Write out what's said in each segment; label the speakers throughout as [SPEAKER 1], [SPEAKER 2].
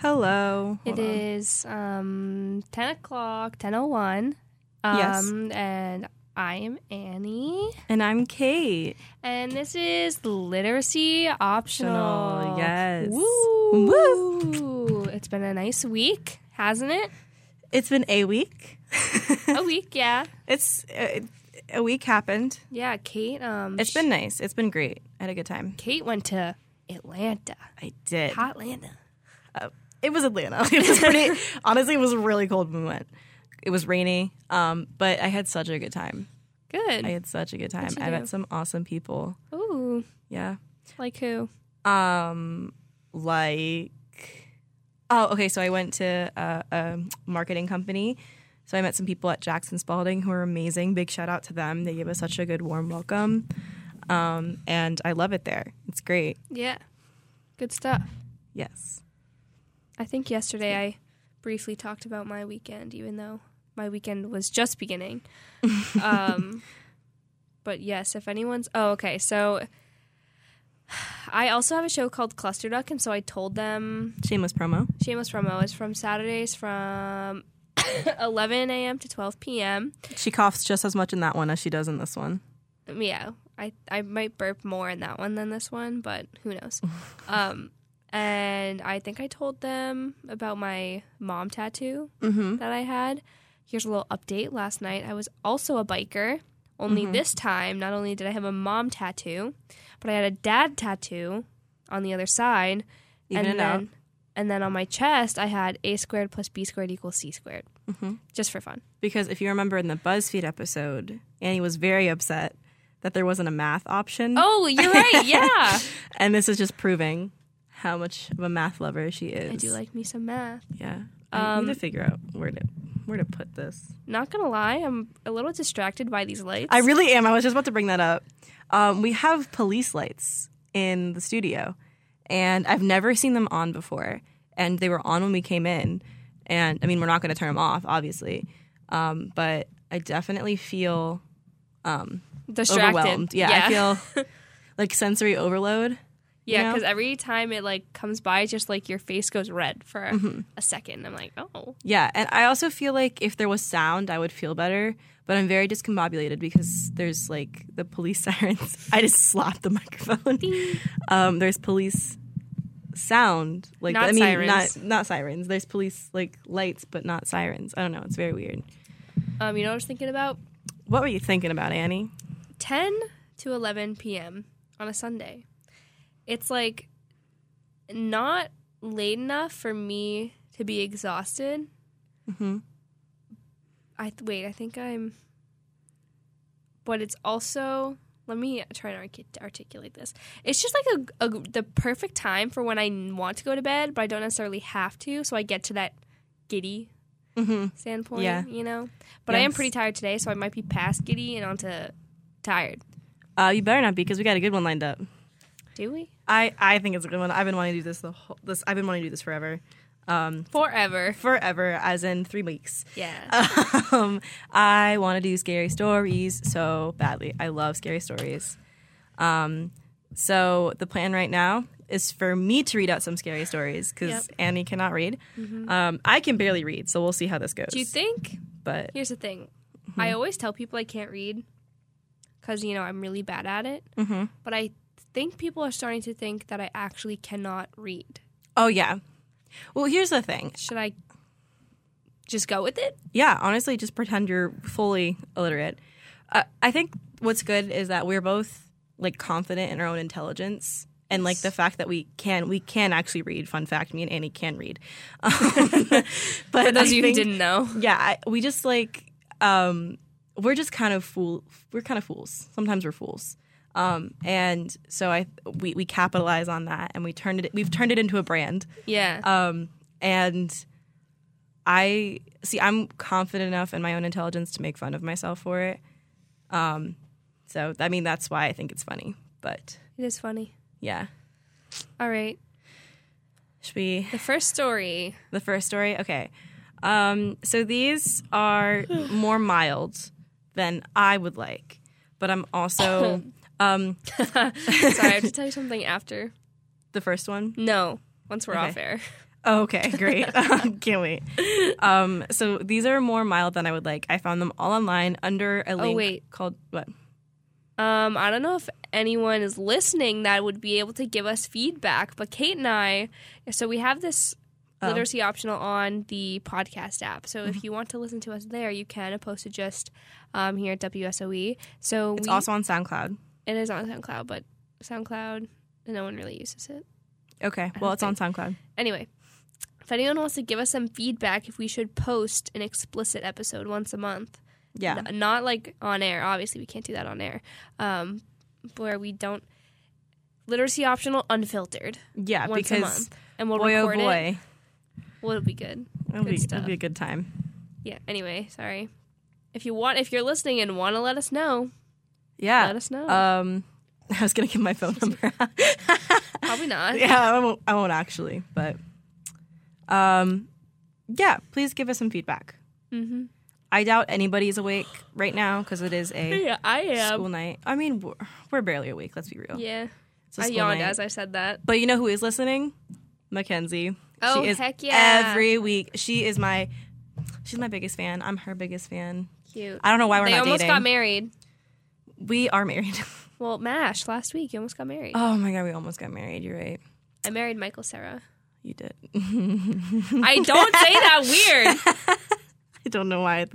[SPEAKER 1] Hello.
[SPEAKER 2] It is um, 10 o'clock, 10.01. Um,
[SPEAKER 1] Yes.
[SPEAKER 2] And I am Annie.
[SPEAKER 1] And I'm Kate.
[SPEAKER 2] And this is Literacy Optional.
[SPEAKER 1] Optional, Oh, yes.
[SPEAKER 2] Oh, Woo! Woo! It's been a nice week, hasn't it?
[SPEAKER 1] It's been a week.
[SPEAKER 2] A week, yeah.
[SPEAKER 1] It's uh, a week happened.
[SPEAKER 2] Yeah, Kate. Um,
[SPEAKER 1] It's been nice. It's been great. I had a good time.
[SPEAKER 2] Kate went to Atlanta.
[SPEAKER 1] I did.
[SPEAKER 2] Hot Atlanta.
[SPEAKER 1] It was Atlanta. It was pretty. honestly, it was really cold when we went. It was rainy, um, but I had such a good time.
[SPEAKER 2] Good.
[SPEAKER 1] I had such a good time.
[SPEAKER 2] What'd you
[SPEAKER 1] I
[SPEAKER 2] do?
[SPEAKER 1] met some awesome people.
[SPEAKER 2] Ooh,
[SPEAKER 1] Yeah.
[SPEAKER 2] like who?
[SPEAKER 1] Um, like, oh, okay. So I went to a, a marketing company. So I met some people at Jackson Spalding who are amazing. Big shout out to them. They gave us such a good warm welcome. Um, and I love it there. It's great.
[SPEAKER 2] Yeah. Good stuff.
[SPEAKER 1] Yes.
[SPEAKER 2] I think yesterday I briefly talked about my weekend, even though my weekend was just beginning. um, but yes, if anyone's. Oh, okay. So I also have a show called Cluster Duck, and so I told them
[SPEAKER 1] Shameless promo.
[SPEAKER 2] shameless promo is from Saturdays from 11 a.m. to 12 p.m.
[SPEAKER 1] She coughs just as much in that one as she does in this one.
[SPEAKER 2] Um, Yeah, I, I might burp more in that one than this one, but who knows. um, and I think I told them about my mom tattoo.
[SPEAKER 1] Mm-hmm.
[SPEAKER 2] that I had. Here's a little update. Last night I was also a biker, only this time, not only did I have a mom tattoo, but I had a dad tattoo on the other side.
[SPEAKER 1] Even
[SPEAKER 2] and
[SPEAKER 1] it out.
[SPEAKER 2] then, And then on my chest, I had a squared plus b squared equals c squared,
[SPEAKER 1] Mhm.
[SPEAKER 2] just for fun.
[SPEAKER 1] Because if you remember in the BuzzFeed episode, Annie was very upset that there wasn't a math option.
[SPEAKER 2] Oh, you're right. Yeah.
[SPEAKER 1] And this is just proving how much of a math lover she is.
[SPEAKER 2] I do like me some math.
[SPEAKER 1] Yeah. I
[SPEAKER 2] Um,
[SPEAKER 1] need to figure out where to where to put this.
[SPEAKER 2] Not going to lie, I'm a little distracted by these lights.
[SPEAKER 1] I really am. I was just about to bring that up. Um, we have police lights in the studio, and I've never seen them on before. And they were on when we came in, and I mean we're not going to turn them off, obviously. Um, but I definitely feel
[SPEAKER 2] distracted.
[SPEAKER 1] overwhelmed. Yeah, I feel like sensory overload.
[SPEAKER 2] Yeah,
[SPEAKER 1] know?
[SPEAKER 2] because every time it like comes by, just like your face goes red for
[SPEAKER 1] Mm-hmm.
[SPEAKER 2] a second. I'm like, oh,
[SPEAKER 1] Yeah, and I also feel like if there was sound, I would feel better. But I'm very discombobulated because there's like the police sirens. I just slapped the microphone. Um, there's police sound, like
[SPEAKER 2] Not
[SPEAKER 1] I mean,
[SPEAKER 2] sirens.
[SPEAKER 1] not not sirens. There's police like lights, but not sirens. I don't know. It's very weird.
[SPEAKER 2] um, you know what I was thinking about?
[SPEAKER 1] What were you thinking about, Annie?
[SPEAKER 2] 10 to 11 p.m. on a Sunday. It's like not late enough for me to be exhausted.
[SPEAKER 1] Mm-hmm.
[SPEAKER 2] I th- wait, I think I'm. But it's also let me try to artic- articulate this. It's just like a, a the perfect time for when I want to go to bed, but I don't necessarily have to. So I get to that giddy
[SPEAKER 1] Mm-hmm.
[SPEAKER 2] standpoint,
[SPEAKER 1] Yeah.
[SPEAKER 2] you know. But I am
[SPEAKER 1] Yes.
[SPEAKER 2] pretty tired today, so I might be past giddy and onto tired.
[SPEAKER 1] Uh, you better not be because we got a good one lined up.
[SPEAKER 2] Do we?
[SPEAKER 1] I I think it's a good one. I've been wanting to do this the whole this. I've been wanting to do this forever, um,
[SPEAKER 2] Forever.
[SPEAKER 1] forever, as in three weeks.
[SPEAKER 2] Yeah.
[SPEAKER 1] um, I want to do scary stories so badly. I love scary stories. Um, so the plan right now is for me to read out some scary stories because
[SPEAKER 2] Yep. Mm-hmm.
[SPEAKER 1] Annie cannot read. Um, I can barely read, so we'll see how this goes.
[SPEAKER 2] Do you think?
[SPEAKER 1] but
[SPEAKER 2] Here's the thing.
[SPEAKER 1] Mm-hmm.
[SPEAKER 2] I always tell people I can't read because, you know, I'm really bad at it.
[SPEAKER 1] Mhm.
[SPEAKER 2] But I think people are starting to think that I actually cannot read.
[SPEAKER 1] oh yeah. Well, here's the thing.
[SPEAKER 2] Should I just go with it?
[SPEAKER 1] Yeah, honestly, just pretend you're fully illiterate. Uh, I think what's good is that we're both like confident in our own intelligence and like the fact that we can we can actually read. Fun fact: me and Annie can read. Um, but
[SPEAKER 2] For those
[SPEAKER 1] I
[SPEAKER 2] of you who
[SPEAKER 1] think-
[SPEAKER 2] didn't know,
[SPEAKER 1] yeah, I, we just like um, we're just kind of fool. We're kind of fools. Sometimes we're fools. Um, and so I we, we capitalize on that and we turned it we've turned it into a brand.
[SPEAKER 2] yeah.
[SPEAKER 1] Um, and I see I'm confident enough in my own intelligence to make fun of myself for it. Um, so I mean that's why I think it's funny. But
[SPEAKER 2] it is funny.
[SPEAKER 1] yeah,
[SPEAKER 2] All right.
[SPEAKER 1] should we
[SPEAKER 2] The first story.
[SPEAKER 1] the first story? Okay. Um, so these are more mild than I would like, but I'm also um,
[SPEAKER 2] Sorry, I have to tell you something after.
[SPEAKER 1] the first one.
[SPEAKER 2] No, once we're
[SPEAKER 1] Okay.
[SPEAKER 2] off air.
[SPEAKER 1] Okay, great. Can't wait. Um, so these are more mild than I would like. I found them all online under a link
[SPEAKER 2] Oh, wait.
[SPEAKER 1] called what?
[SPEAKER 2] Um, I don't know if anyone is listening that would be able to give us feedback, but Kate and I, so we have this
[SPEAKER 1] Oh. Mm-hmm.
[SPEAKER 2] literacy optional on the podcast app. So if you want to listen to us there, you can, opposed to just um, here at WSOE. So
[SPEAKER 1] It's
[SPEAKER 2] we,
[SPEAKER 1] also on SoundCloud.
[SPEAKER 2] it is on SoundCloud, but SoundCloud, no one really uses it.
[SPEAKER 1] Okay, well, it's
[SPEAKER 2] don't
[SPEAKER 1] on SoundCloud.
[SPEAKER 2] Anyway, if anyone wants to give us some feedback, if we should post an explicit episode once a month,
[SPEAKER 1] Yeah,
[SPEAKER 2] N- not like on air. Obviously, we can't do that on air. Um, where we don't literacy optional unfiltered
[SPEAKER 1] yeah,
[SPEAKER 2] once a
[SPEAKER 1] because
[SPEAKER 2] month, and we'll
[SPEAKER 1] boy, oh
[SPEAKER 2] record it.
[SPEAKER 1] boy,
[SPEAKER 2] Well, it'll be good.
[SPEAKER 1] it'll
[SPEAKER 2] Good
[SPEAKER 1] be, it'll be
[SPEAKER 2] stuff.
[SPEAKER 1] a good time.
[SPEAKER 2] Yeah. Anyway, sorry. If you want, if you're listening and want to let us know, let
[SPEAKER 1] Yeah.
[SPEAKER 2] us know.
[SPEAKER 1] Um, I was gonna give my phone number.
[SPEAKER 2] Probably not.
[SPEAKER 1] yeah, I won't, I won't actually, but um, yeah, please give us some feedback.
[SPEAKER 2] Mhm.
[SPEAKER 1] I doubt anybody's awake right now because it is a
[SPEAKER 2] Yeah, I
[SPEAKER 1] school
[SPEAKER 2] am.
[SPEAKER 1] night. I mean, we're, we're barely awake. Let's be real.
[SPEAKER 2] Yeah,
[SPEAKER 1] It's a
[SPEAKER 2] I
[SPEAKER 1] school
[SPEAKER 2] yawned
[SPEAKER 1] night.
[SPEAKER 2] as I said that.
[SPEAKER 1] But you know who is listening? Mackenzie.
[SPEAKER 2] Oh,
[SPEAKER 1] she is
[SPEAKER 2] heck yeah.
[SPEAKER 1] Every week, she is my she's my biggest fan. I'm her biggest fan.
[SPEAKER 2] Cute.
[SPEAKER 1] I don't know why we're
[SPEAKER 2] they
[SPEAKER 1] not
[SPEAKER 2] almost
[SPEAKER 1] dating.
[SPEAKER 2] got married.
[SPEAKER 1] we are married.
[SPEAKER 2] Well, Mash last week, you almost got married.
[SPEAKER 1] oh my god, we almost got married. You're right.
[SPEAKER 2] I married Michael Sarah.
[SPEAKER 1] You did.
[SPEAKER 2] I don't say that weird.
[SPEAKER 1] I don't know why.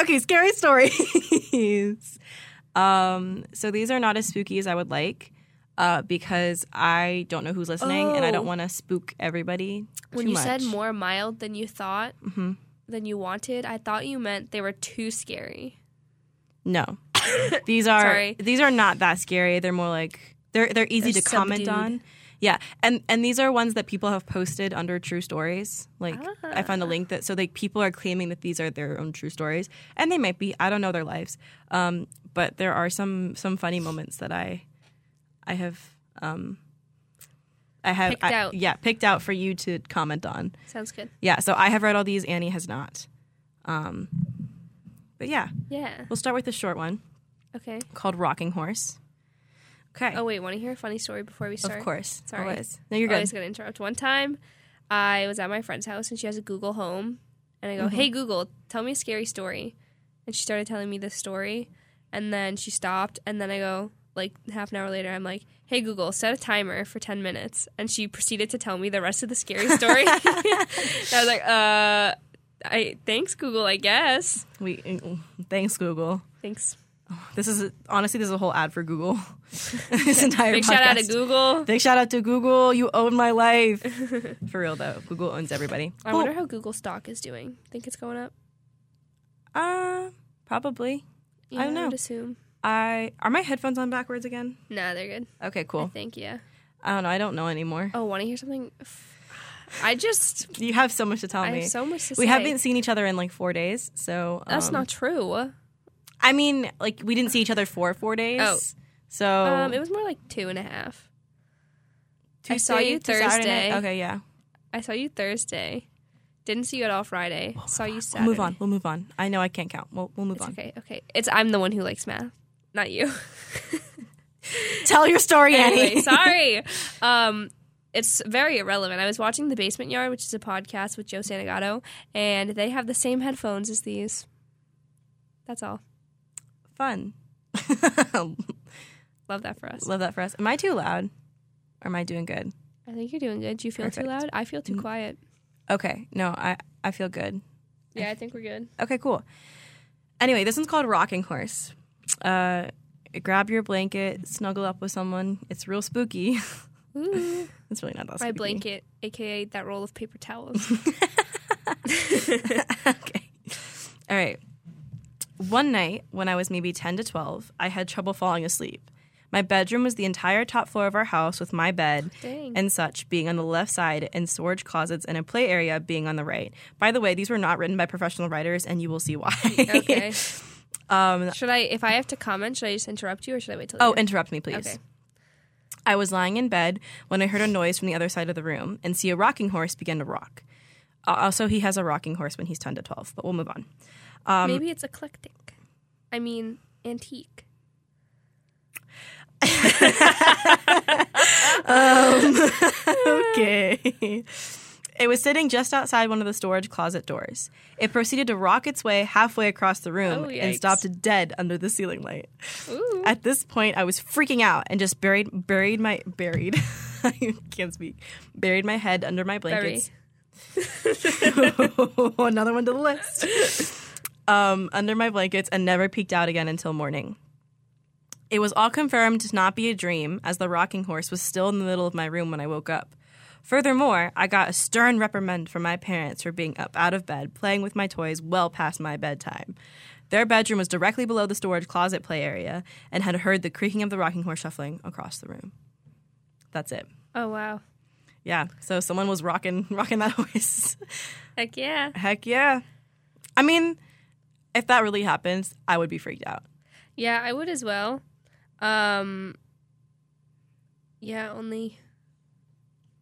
[SPEAKER 1] Okay, scary stories. um, so these are not as spooky as I would like. Uh, because I don't know who's listening, and I don't
[SPEAKER 2] Oh.
[SPEAKER 1] want to spook everybody.
[SPEAKER 2] when
[SPEAKER 1] too
[SPEAKER 2] you said
[SPEAKER 1] much.
[SPEAKER 2] more mild than you thought
[SPEAKER 1] Mhm.
[SPEAKER 2] than you wanted i thought you meant they were too scary
[SPEAKER 1] No. these are
[SPEAKER 2] Sorry.
[SPEAKER 1] these are not that scary. They're more like they're they're easy
[SPEAKER 2] They're
[SPEAKER 1] to comment
[SPEAKER 2] subdued.
[SPEAKER 1] on. Yeah. And and these are ones that people have posted under true stories. Like I
[SPEAKER 2] Ah.
[SPEAKER 1] found a link that so like people are claiming that these are their own true stories and they might be. I don't know their lives. Um but there are some some funny moments that I I have um I have
[SPEAKER 2] Picked
[SPEAKER 1] I-
[SPEAKER 2] out.
[SPEAKER 1] yeah, picked out for you to comment on.
[SPEAKER 2] sounds good
[SPEAKER 1] Yeah, so I have read all these, Annie has not. Um but yeah,
[SPEAKER 2] yeah
[SPEAKER 1] we'll start with the short one
[SPEAKER 2] okay
[SPEAKER 1] called Rocking Horse. Okay.
[SPEAKER 2] oh wait want to hear a funny story before we start
[SPEAKER 1] of course.
[SPEAKER 2] Sorry. Oh,
[SPEAKER 1] Always. No, you're good.
[SPEAKER 2] always gonna interrupt one time i was at my friend's house and she has a google home and i go
[SPEAKER 1] Mm-hmm.
[SPEAKER 2] hey google tell me a scary story and she started telling me this story and then she stopped and then i go like half an hour later i'm like hey google set a timer for 10 minutes and she proceeded to tell me the rest of the scary story i was like uh i thanks google i guess
[SPEAKER 1] We mm, thanks Google.
[SPEAKER 2] thanks
[SPEAKER 1] This is honestly this is a whole ad for Google. this entire
[SPEAKER 2] big shout out to
[SPEAKER 1] podcast.
[SPEAKER 2] google
[SPEAKER 1] Big shout out to Google. You own my life. for real though, Google owns everybody.
[SPEAKER 2] i
[SPEAKER 1] Cool.
[SPEAKER 2] wonder how google stock is doing think it's going up
[SPEAKER 1] uh, probably. I don't
[SPEAKER 2] I would
[SPEAKER 1] know.
[SPEAKER 2] assume
[SPEAKER 1] I are my headphones on backwards again?
[SPEAKER 2] nah they're good
[SPEAKER 1] Okay,
[SPEAKER 2] i
[SPEAKER 1] cool.
[SPEAKER 2] think yeah
[SPEAKER 1] I don't know. I don't know anymore.
[SPEAKER 2] Oh, want to hear something? I just
[SPEAKER 1] You have so much to tell
[SPEAKER 2] I
[SPEAKER 1] me.
[SPEAKER 2] have so much to say.
[SPEAKER 1] we haven't seen each other in like four days, so
[SPEAKER 2] That's
[SPEAKER 1] um,
[SPEAKER 2] not true.
[SPEAKER 1] I mean, like we didn't see each other for four days.
[SPEAKER 2] Oh.
[SPEAKER 1] So
[SPEAKER 2] Um, it was more like two and a half. I saw you
[SPEAKER 1] to Saturday
[SPEAKER 2] Thursday.
[SPEAKER 1] night? Okay, yeah.
[SPEAKER 2] I saw you Thursday. Didn't see you at all Friday. saw you Saturday.
[SPEAKER 1] We'll Oh, move on. We'll move on. I know I can't count. We'll, we'll move
[SPEAKER 2] It's
[SPEAKER 1] on.
[SPEAKER 2] okay. Okay. It's I'm the one who likes math, not you.
[SPEAKER 1] Tell your story, Annie.
[SPEAKER 2] anyway, sorry. Um, it's very irrelevant. I was watching The Basement Yard, which is a podcast with Joe Santagato, and they have the same headphones as these. That's all.
[SPEAKER 1] Fun.
[SPEAKER 2] Love that for us.
[SPEAKER 1] Love that for us. Am I too loud? Or am I doing good?
[SPEAKER 2] I think you're doing good. Do you feel
[SPEAKER 1] Perfect. Mm.
[SPEAKER 2] too loud? I feel too quiet.
[SPEAKER 1] Okay. No, I, I feel good.
[SPEAKER 2] Yeah, I think we're good.
[SPEAKER 1] Okay, cool. Anyway, this one's called Rocking Horse. Uh, grab your blanket, snuggle up with someone. It's real spooky.
[SPEAKER 2] Ooh.
[SPEAKER 1] it's really not that spooky.
[SPEAKER 2] My blanket, aka that roll of paper towels.
[SPEAKER 1] okay. All right. One night when I was maybe 10 to 12, I had trouble falling asleep. My bedroom was the entire top floor of our house with my bed
[SPEAKER 2] Dang.
[SPEAKER 1] and such being on the left side and storage closets and a play area being on the right. By the way, these were not written by professional writers and you will see why.
[SPEAKER 2] Okay. um, should I, if I have to comment, should I just interrupt you or should I wait till?
[SPEAKER 1] oh,
[SPEAKER 2] the end?
[SPEAKER 1] interrupt me please.
[SPEAKER 2] Okay.
[SPEAKER 1] I was lying in bed when I heard a noise from the other side of the room and see a rocking horse begin to rock. Uh, also, he has a rocking horse when he's 10 to 12, but we'll move on.
[SPEAKER 2] maybe it's eclectic. I mean, antique.
[SPEAKER 1] okay. It was sitting just outside one of the storage closet doors. It proceeded to rock its way halfway across the room
[SPEAKER 2] Oh,
[SPEAKER 1] and
[SPEAKER 2] yikes.
[SPEAKER 1] stopped dead under the ceiling light.
[SPEAKER 2] Ooh.
[SPEAKER 1] At this point, I was freaking out and just buried buried my buried. I can't speak. Buried my head under my blankets. Another one to the list. Um, under my blankets and never peeked out again until morning. It was all confirmed to not be a dream, as the rocking horse was still in the middle of my room when I woke up. Furthermore, I got a stern reprimand from my parents for being up out of bed, playing with my toys well past my bedtime. Their bedroom was directly below the storage closet play area and had heard the creaking of the rocking horse shuffling across the room. That's it.
[SPEAKER 2] Oh wow.
[SPEAKER 1] Yeah. So someone was rocking rocking that horse.
[SPEAKER 2] Heck yeah.
[SPEAKER 1] Heck yeah. I mean, if that really happens, I would be freaked out.
[SPEAKER 2] Yeah, I would as well. Um Yeah, only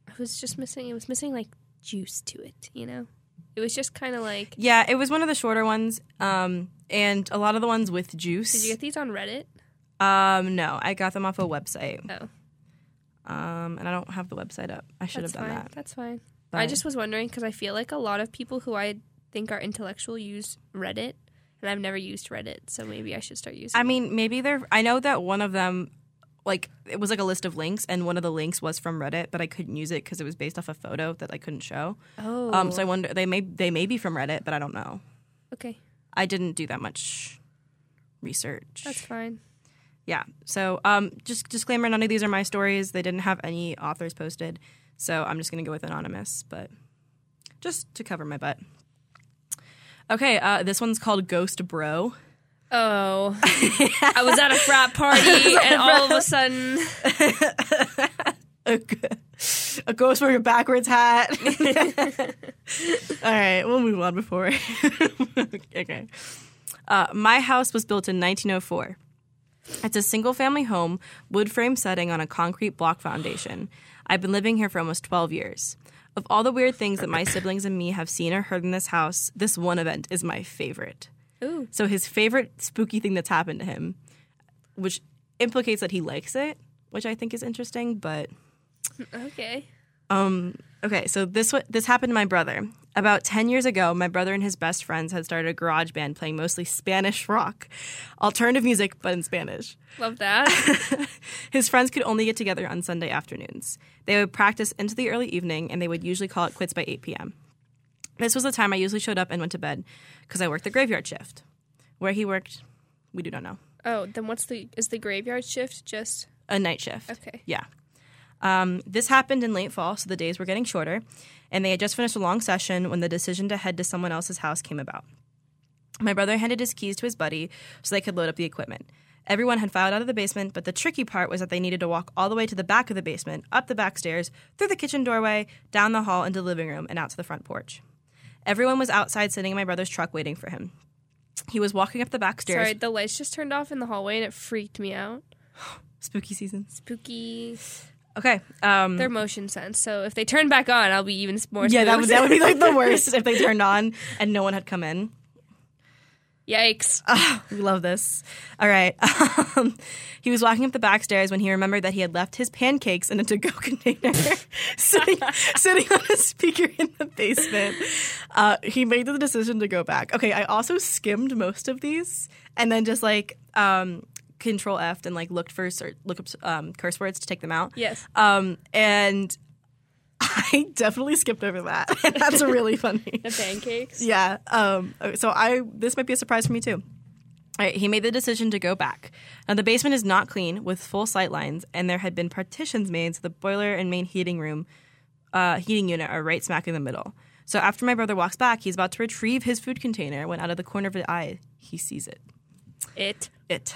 [SPEAKER 2] I was just missing it was missing like juice to it, you know? It was just kinda like
[SPEAKER 1] Yeah, it was one of the shorter ones. Um, and a lot of the ones with juice.
[SPEAKER 2] Did you get these on Reddit?
[SPEAKER 1] um, no, I got them off a website.
[SPEAKER 2] Oh.
[SPEAKER 1] Um, and I don't have the website up. I should
[SPEAKER 2] That's
[SPEAKER 1] have done
[SPEAKER 2] fine.
[SPEAKER 1] that.
[SPEAKER 2] That's fine. I
[SPEAKER 1] But-
[SPEAKER 2] just was wondering because I feel like a lot of people who I think are intellectual use Reddit, and I've never used Reddit, so maybe I should start using.
[SPEAKER 1] I
[SPEAKER 2] it.
[SPEAKER 1] mean, maybe they're. I know that one of them, like, it was like a list of links, and one of the links was from Reddit, but I couldn't use it because it was based off a photo that I couldn't show.
[SPEAKER 2] oh,
[SPEAKER 1] Um, so I wonder they may they may be from Reddit, but I don't know.
[SPEAKER 2] okay,
[SPEAKER 1] I didn't do that much research.
[SPEAKER 2] that's fine.
[SPEAKER 1] yeah. So, um, just disclaimer: none of these are my stories. They didn't have any authors posted, so I'm just gonna go with anonymous, but just to cover my butt. Okay, uh, this one's called Ghost Bro.
[SPEAKER 2] Oh, I was at a frat party, and all of a sudden,
[SPEAKER 1] a, g- a ghost wearing a backwards hat. All right, we'll move on before. okay. Uh, my house was built in 1904. It's a single family home, wood frame setting on a concrete block foundation. I've been living here for almost 12 years. Of all the weird things that my siblings and me have seen or heard in this house, this one event is my favorite.
[SPEAKER 2] ooh,
[SPEAKER 1] So his favorite spooky thing that's happened to him, which implicates that he likes it, which I think is interesting, but
[SPEAKER 2] okay,
[SPEAKER 1] um, okay, so this wa- this happened to my brother about ten years ago. My brother and his best friends had started a garage band playing mostly Spanish rock, alternative music, but in Spanish.
[SPEAKER 2] love that.
[SPEAKER 1] His friends could only get together on Sunday afternoons. They would practice into the early evening, and they would usually call it quits by eight p.m. This was the time I usually showed up and went to bed because I worked the graveyard shift. Where he worked, we do not know.
[SPEAKER 2] Oh, then what's the is the graveyard shift just
[SPEAKER 1] A night shift.
[SPEAKER 2] okay?
[SPEAKER 1] Yeah. Um, this happened in late fall, so the days were getting shorter, and they had just finished a long session when the decision to head to someone else's house came about. My brother handed his keys to his buddy so they could load up the equipment. Everyone had filed out of the basement, but the tricky part was that they needed to walk all the way to the back of the basement, up the back stairs, through the kitchen doorway, down the hall into the living room, and out to the front porch. Everyone was outside sitting in my brother's truck waiting for him. He was walking up the back stairs.
[SPEAKER 2] Sorry, the lights just turned off in the hallway, and it freaked me out.
[SPEAKER 1] Spooky seasons.
[SPEAKER 2] Spooky.
[SPEAKER 1] Okay. Um,
[SPEAKER 2] Their motion sense. So if they turn back on, I'll be even more.
[SPEAKER 1] Yeah, that
[SPEAKER 2] spooked.
[SPEAKER 1] would that would be like the worst if they turned on and no one had come in.
[SPEAKER 2] Yikes!
[SPEAKER 1] We love this. All right. Um, he was walking up the back stairs when he remembered that he had left his pancakes in a to-go container sitting, sitting on a speaker in the basement. Uh, he made the decision to go back. Okay, I also skimmed most of these and then just like um, control F and like looked for cer- look up um, curse words to take them out.
[SPEAKER 2] yes.
[SPEAKER 1] Um, and I definitely skipped over that. That's really funny.
[SPEAKER 2] The pancakes.
[SPEAKER 1] Yeah. Um, so I this might be a surprise for me too. All right, he made the decision to go back. Now the basement is not clean with full sight lines, and there had been partitions made so the boiler and main heating room, uh, heating unit are right smack in the middle. So after my brother walks back, he's about to retrieve his food container when out of the corner of his eye he sees it.
[SPEAKER 2] It.
[SPEAKER 1] It.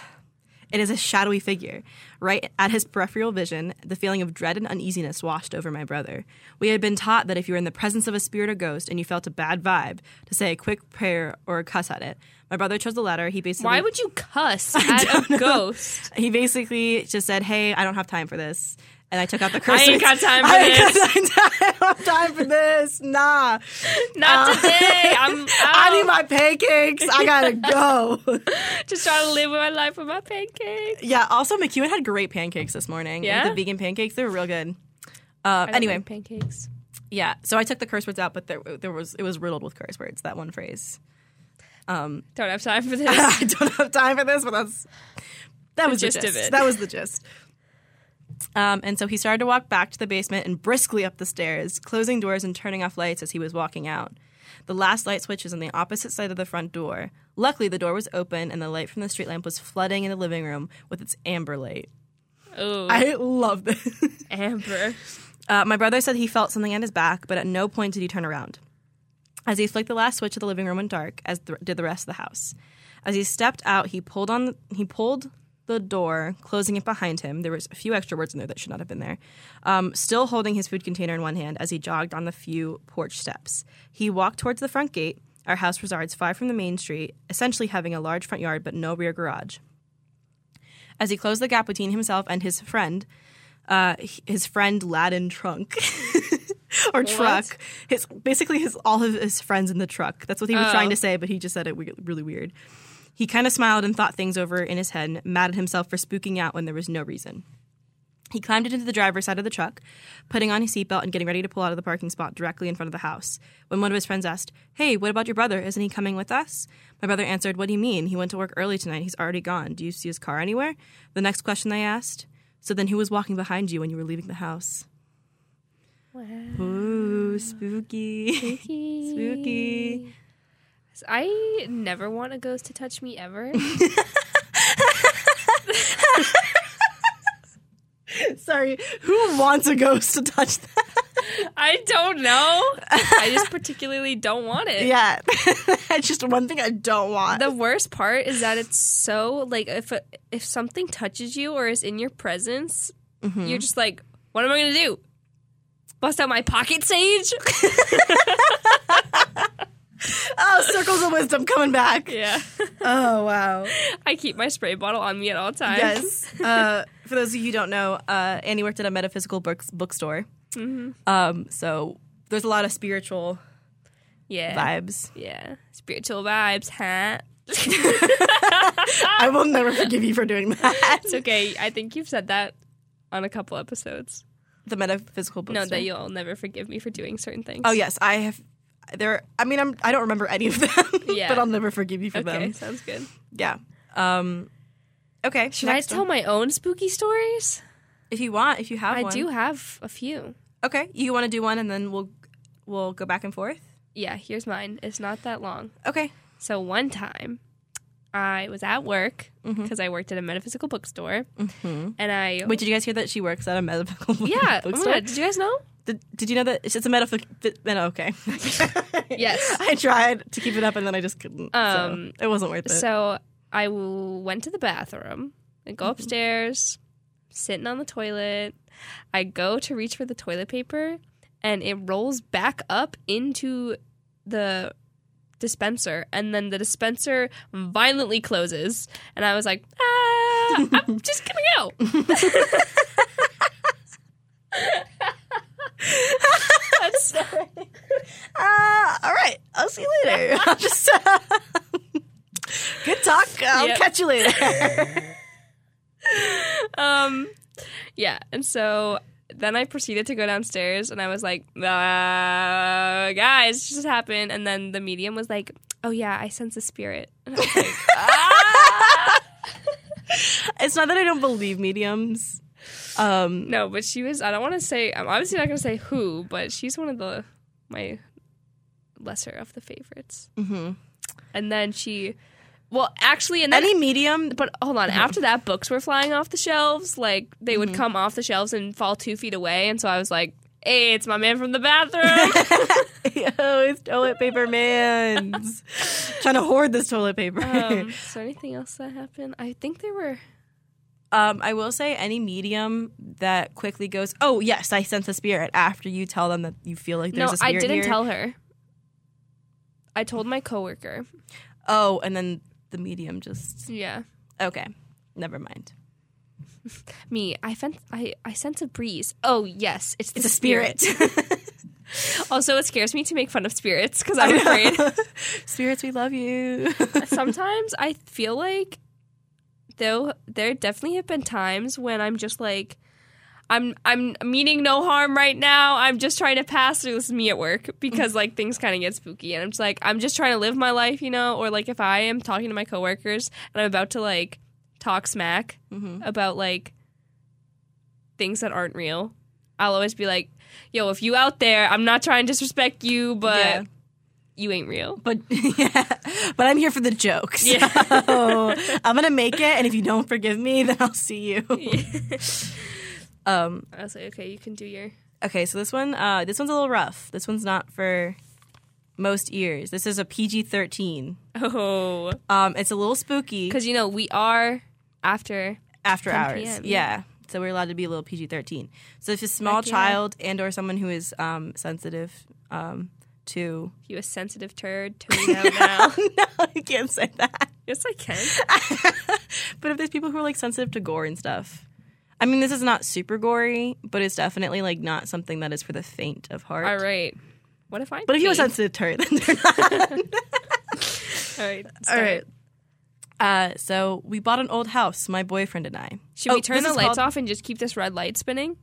[SPEAKER 1] It is a shadowy figure. Right at his peripheral vision, the feeling of dread and uneasiness washed over my brother. We had been taught that if you were in the presence of a spirit or ghost and you felt a bad vibe, to say a quick prayer or a cuss at it. My brother chose the latter. He basically
[SPEAKER 2] Why would you cuss at a ghost?
[SPEAKER 1] he basically just said, "Hey, I don't have time for this." And I took out the curse.
[SPEAKER 2] ain't got
[SPEAKER 1] words.
[SPEAKER 2] time for
[SPEAKER 1] I ain't got time- I don't have time for this. Nah.
[SPEAKER 2] Not today. I'm out.
[SPEAKER 1] I need my pancakes. I gotta go.
[SPEAKER 2] just trying to live my life with my pancakes.
[SPEAKER 1] Yeah. Also, McEwen had great pancakes this morning. Like,
[SPEAKER 2] Yeah?
[SPEAKER 1] the vegan pancakes, they were real good. Uh,
[SPEAKER 2] I don't
[SPEAKER 1] anyway,
[SPEAKER 2] like pancakes.
[SPEAKER 1] yeah. So I took the curse words out, but there there was it was riddled with curse words. That one phrase. Um,
[SPEAKER 2] Don't have time for this.
[SPEAKER 1] I don't have time for this, but that's that
[SPEAKER 2] The
[SPEAKER 1] was
[SPEAKER 2] gist
[SPEAKER 1] the
[SPEAKER 2] of
[SPEAKER 1] gist.
[SPEAKER 2] it.
[SPEAKER 1] That was the gist. Um, and so he started to walk back to the basement and briskly up the stairs, closing doors and turning off lights as he was walking out. The last light switch was on the opposite side of the front door. Luckily, the door was open and the light from the street lamp was flooding in the living room with its amber light.
[SPEAKER 2] oh,
[SPEAKER 1] I love this.
[SPEAKER 2] Amber.
[SPEAKER 1] Uh, my brother said he felt something on his back, but at no point did he turn around. As he flicked the last switch of the living room went dark, as th- did the rest of the house. As he stepped out, he pulled on he pulled the door, closing it behind him. There was a few extra words in there that should not have been there. Um, still holding his food container in one hand as he jogged on the few porch steps, he walked towards the front gate. Our house resides far from the main street, essentially having a large front yard but no rear garage. As he closed the gap between himself and his friend, uh, h- his friend Laden Trunk or Truck, his basically his all of his friends in the truck. That's what he was trying to say, but he just said it we- really weird. He kind of smiled and thought things over in his head, mad at himself for spooking out when there was no reason. He climbed into the driver's side of the truck, putting on his seatbelt and getting ready to pull out of the parking spot directly in front of the house. When one of his friends asked, Hey, what about your brother? Isn't he coming with us? My brother answered, What do you mean? He went to work early tonight. He's already gone. Do you see his car anywhere? The next question they asked, So then who was walking behind you when you were leaving the house? Ooh, spooky. spooky.
[SPEAKER 2] I never want a ghost to touch me ever.
[SPEAKER 1] Sorry, who wants a ghost to touch that?
[SPEAKER 2] I don't know. I just particularly don't want it.
[SPEAKER 1] Yeah, that's just one thing I don't want.
[SPEAKER 2] The worst part is that it's so like if if something touches you or is in your presence, you're just like, what am I gonna do? Bust out my pocket sage?
[SPEAKER 1] oh, circles of wisdom coming back.
[SPEAKER 2] yeah,
[SPEAKER 1] Oh, wow.
[SPEAKER 2] I keep my spray bottle on me at all times.
[SPEAKER 1] Yes. Uh, for those of you who don't know, uh, Annie worked at a metaphysical books bookstore.
[SPEAKER 2] Mm-hmm.
[SPEAKER 1] Um, so there's a lot of spiritual
[SPEAKER 2] yeah,
[SPEAKER 1] vibes.
[SPEAKER 2] yeah, spiritual vibes, huh?
[SPEAKER 1] I will never forgive you for doing that.
[SPEAKER 2] It's okay. I think you've said that on a couple episodes.
[SPEAKER 1] The metaphysical bookstore.
[SPEAKER 2] No, that you'll never forgive me for doing certain things.
[SPEAKER 1] Oh yes, I have. There. I mean, I'm. I don't remember any of them.
[SPEAKER 2] Yeah.
[SPEAKER 1] But I'll never forgive you for
[SPEAKER 2] okay,
[SPEAKER 1] them.
[SPEAKER 2] sounds good.
[SPEAKER 1] Yeah. Um. Okay.
[SPEAKER 2] Should
[SPEAKER 1] next
[SPEAKER 2] I tell
[SPEAKER 1] one.
[SPEAKER 2] my own spooky stories?
[SPEAKER 1] If you want, if you have
[SPEAKER 2] I
[SPEAKER 1] one.
[SPEAKER 2] do have a few.
[SPEAKER 1] Okay. You want to do one, and then we'll we'll go back and forth.
[SPEAKER 2] Yeah, here's mine. It's not that long.
[SPEAKER 1] Okay.
[SPEAKER 2] So one time, I was at work because I worked at a metaphysical bookstore,
[SPEAKER 1] Mm-hmm.
[SPEAKER 2] and I
[SPEAKER 1] Wait, did you guys hear that she works at a metaphysical book-
[SPEAKER 2] yeah. Oh my
[SPEAKER 1] bookstore?
[SPEAKER 2] God, did you guys know?
[SPEAKER 1] Did, did you know that it's, it's a metaphor? Okay.
[SPEAKER 2] Yes.
[SPEAKER 1] I tried to keep it up and then I just couldn't.
[SPEAKER 2] Um,
[SPEAKER 1] so it wasn't worth it.
[SPEAKER 2] So I w- went to the bathroom and go upstairs, sitting on the toilet. I go to reach for the toilet paper, and it rolls back up into the dispenser, and then the dispenser violently closes. And I was like, ah, I'm just gonna go. That's-
[SPEAKER 1] uh, all right. I'll see you later. I'll just. uh, good talk. I'll
[SPEAKER 2] Yep.
[SPEAKER 1] catch you later.
[SPEAKER 2] um yeah and so then i proceeded to go downstairs and i was like uh, guys this just happened and then the medium was like oh yeah i sense a spirit and i was like ah!
[SPEAKER 1] it's not that I don't believe mediums. Um,
[SPEAKER 2] no but she was i don't want to say i'm obviously not going to say who but she's one of the my lesser of the favorites
[SPEAKER 1] mhm.
[SPEAKER 2] and then she well actually and then
[SPEAKER 1] Any medium.
[SPEAKER 2] but hold on. After that, books were flying off the shelves. Like they would come off the shelves and fall two feet away. And so I was like, "Hey, it's my man from the bathroom."
[SPEAKER 1] Yo, it's toilet paper man's. Trying to hoard this toilet paper.
[SPEAKER 2] um, is there anything else that happened? I think there were.
[SPEAKER 1] Um, I will say any medium that quickly goes, oh yes, I sense a spirit after you tell them that you feel like there's
[SPEAKER 2] no,
[SPEAKER 1] a
[SPEAKER 2] I
[SPEAKER 1] spirit
[SPEAKER 2] didn't
[SPEAKER 1] here.
[SPEAKER 2] tell her. I told my coworker.
[SPEAKER 1] Oh, and then the medium just
[SPEAKER 2] Yeah,
[SPEAKER 1] okay, never mind.
[SPEAKER 2] me. I fen- I I sense a breeze. Oh yes, it's the
[SPEAKER 1] It's a spirit.
[SPEAKER 2] spirit. Also, it scares me to make fun of spirits because I'm afraid.
[SPEAKER 1] Spirits, we love you.
[SPEAKER 2] sometimes I feel like though there definitely have been times when I'm just like I'm I'm meaning no harm right now. I'm just trying to pass through this me at work because like things kind of get spooky and I'm just like I'm just trying to live my life, you know, or like if I am talking to my coworkers and I'm about to like talk smack
[SPEAKER 1] Mm-hmm.
[SPEAKER 2] about like things that aren't real, I'll always be like, "Yo, if you out there, I'm not trying to disrespect you, but
[SPEAKER 1] Yeah.
[SPEAKER 2] you ain't real."
[SPEAKER 1] But yeah, but I'm here for the jokes.
[SPEAKER 2] Yeah.
[SPEAKER 1] I'm gonna make it, and if you don't forgive me, then I'll see you. Um,
[SPEAKER 2] I was like, "Okay, you can do your
[SPEAKER 1] Okay, so this one, uh, this one's a little rough. This one's not for most ears. This is a PG thirteen.
[SPEAKER 2] oh."
[SPEAKER 1] Um, it's a little spooky
[SPEAKER 2] Because you know we are after
[SPEAKER 1] after
[SPEAKER 2] 10
[SPEAKER 1] hours.
[SPEAKER 2] PM,
[SPEAKER 1] yeah. so we're allowed to be a little PG thirteen. So if a small
[SPEAKER 2] Heck yeah.
[SPEAKER 1] child and or someone who is um, sensitive um, to,
[SPEAKER 2] you a sensitive turd tuning out now.
[SPEAKER 1] no, I can't say that.
[SPEAKER 2] yes, I can.
[SPEAKER 1] But if there's people who are like sensitive to gore and stuff, I mean, this is not super gory, but it's definitely like not something that is for the faint of heart.
[SPEAKER 2] All right. What if I?
[SPEAKER 1] But if you're
[SPEAKER 2] pee?
[SPEAKER 1] sensitive to it, then they're not.
[SPEAKER 2] all right,
[SPEAKER 1] All
[SPEAKER 2] start.
[SPEAKER 1] right. Uh, so we bought an old house, my boyfriend and I.
[SPEAKER 2] Should
[SPEAKER 1] Oh,
[SPEAKER 2] we turn
[SPEAKER 1] this
[SPEAKER 2] the
[SPEAKER 1] is
[SPEAKER 2] lights
[SPEAKER 1] called-
[SPEAKER 2] off and just keep this red light spinning?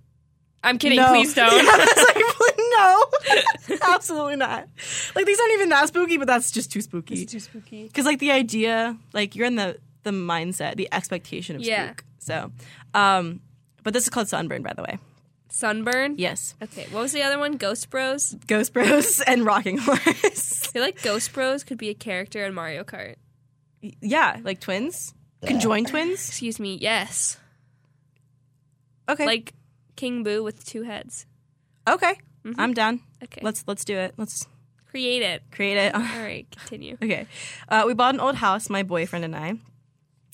[SPEAKER 2] I'm kidding.
[SPEAKER 1] No.
[SPEAKER 2] Please don't.
[SPEAKER 1] I was like, no, absolutely not. Like these aren't even that spooky, but that's just too spooky.
[SPEAKER 2] too spooky.
[SPEAKER 1] Because like the idea, like you're in the the mindset, the expectation of
[SPEAKER 2] Yeah.
[SPEAKER 1] spook. So, um, but this is called sunburn, by the way.
[SPEAKER 2] Sunburn.
[SPEAKER 1] Yes,
[SPEAKER 2] Okay. What was the other one? Ghost Bros.
[SPEAKER 1] Ghost Bros and Rocking Horse.
[SPEAKER 2] I feel like Ghost Bros could be a character in Mario Kart.
[SPEAKER 1] yeah, like twins, conjoined twins.
[SPEAKER 2] Excuse me. Yes.
[SPEAKER 1] Okay,
[SPEAKER 2] Like King Boo with two heads.
[SPEAKER 1] okay,
[SPEAKER 2] Mhm.
[SPEAKER 1] I'm down.
[SPEAKER 2] Okay.
[SPEAKER 1] Let's let's do it. Let's
[SPEAKER 2] create it.
[SPEAKER 1] create it.
[SPEAKER 2] All right. Continue.
[SPEAKER 1] Okay. Uh, we bought an old house, my boyfriend and I.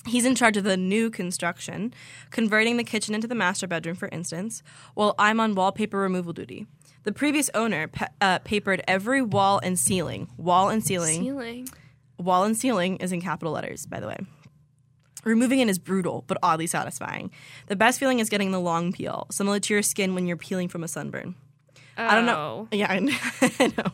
[SPEAKER 1] He's in charge of the new construction, converting the kitchen into the master bedroom, for instance, while I'm on wallpaper removal duty. The previous owner pa- uh, papered every wall and ceiling. Wall and ceiling.
[SPEAKER 2] Ceiling.
[SPEAKER 1] Wall and ceiling is in capital letters, by the way. Removing it is brutal, but oddly satisfying. The best feeling is getting the long peel, similar to your skin when you're peeling from a sunburn. I don't
[SPEAKER 2] Oh.
[SPEAKER 1] know. Yeah, I kn- I know.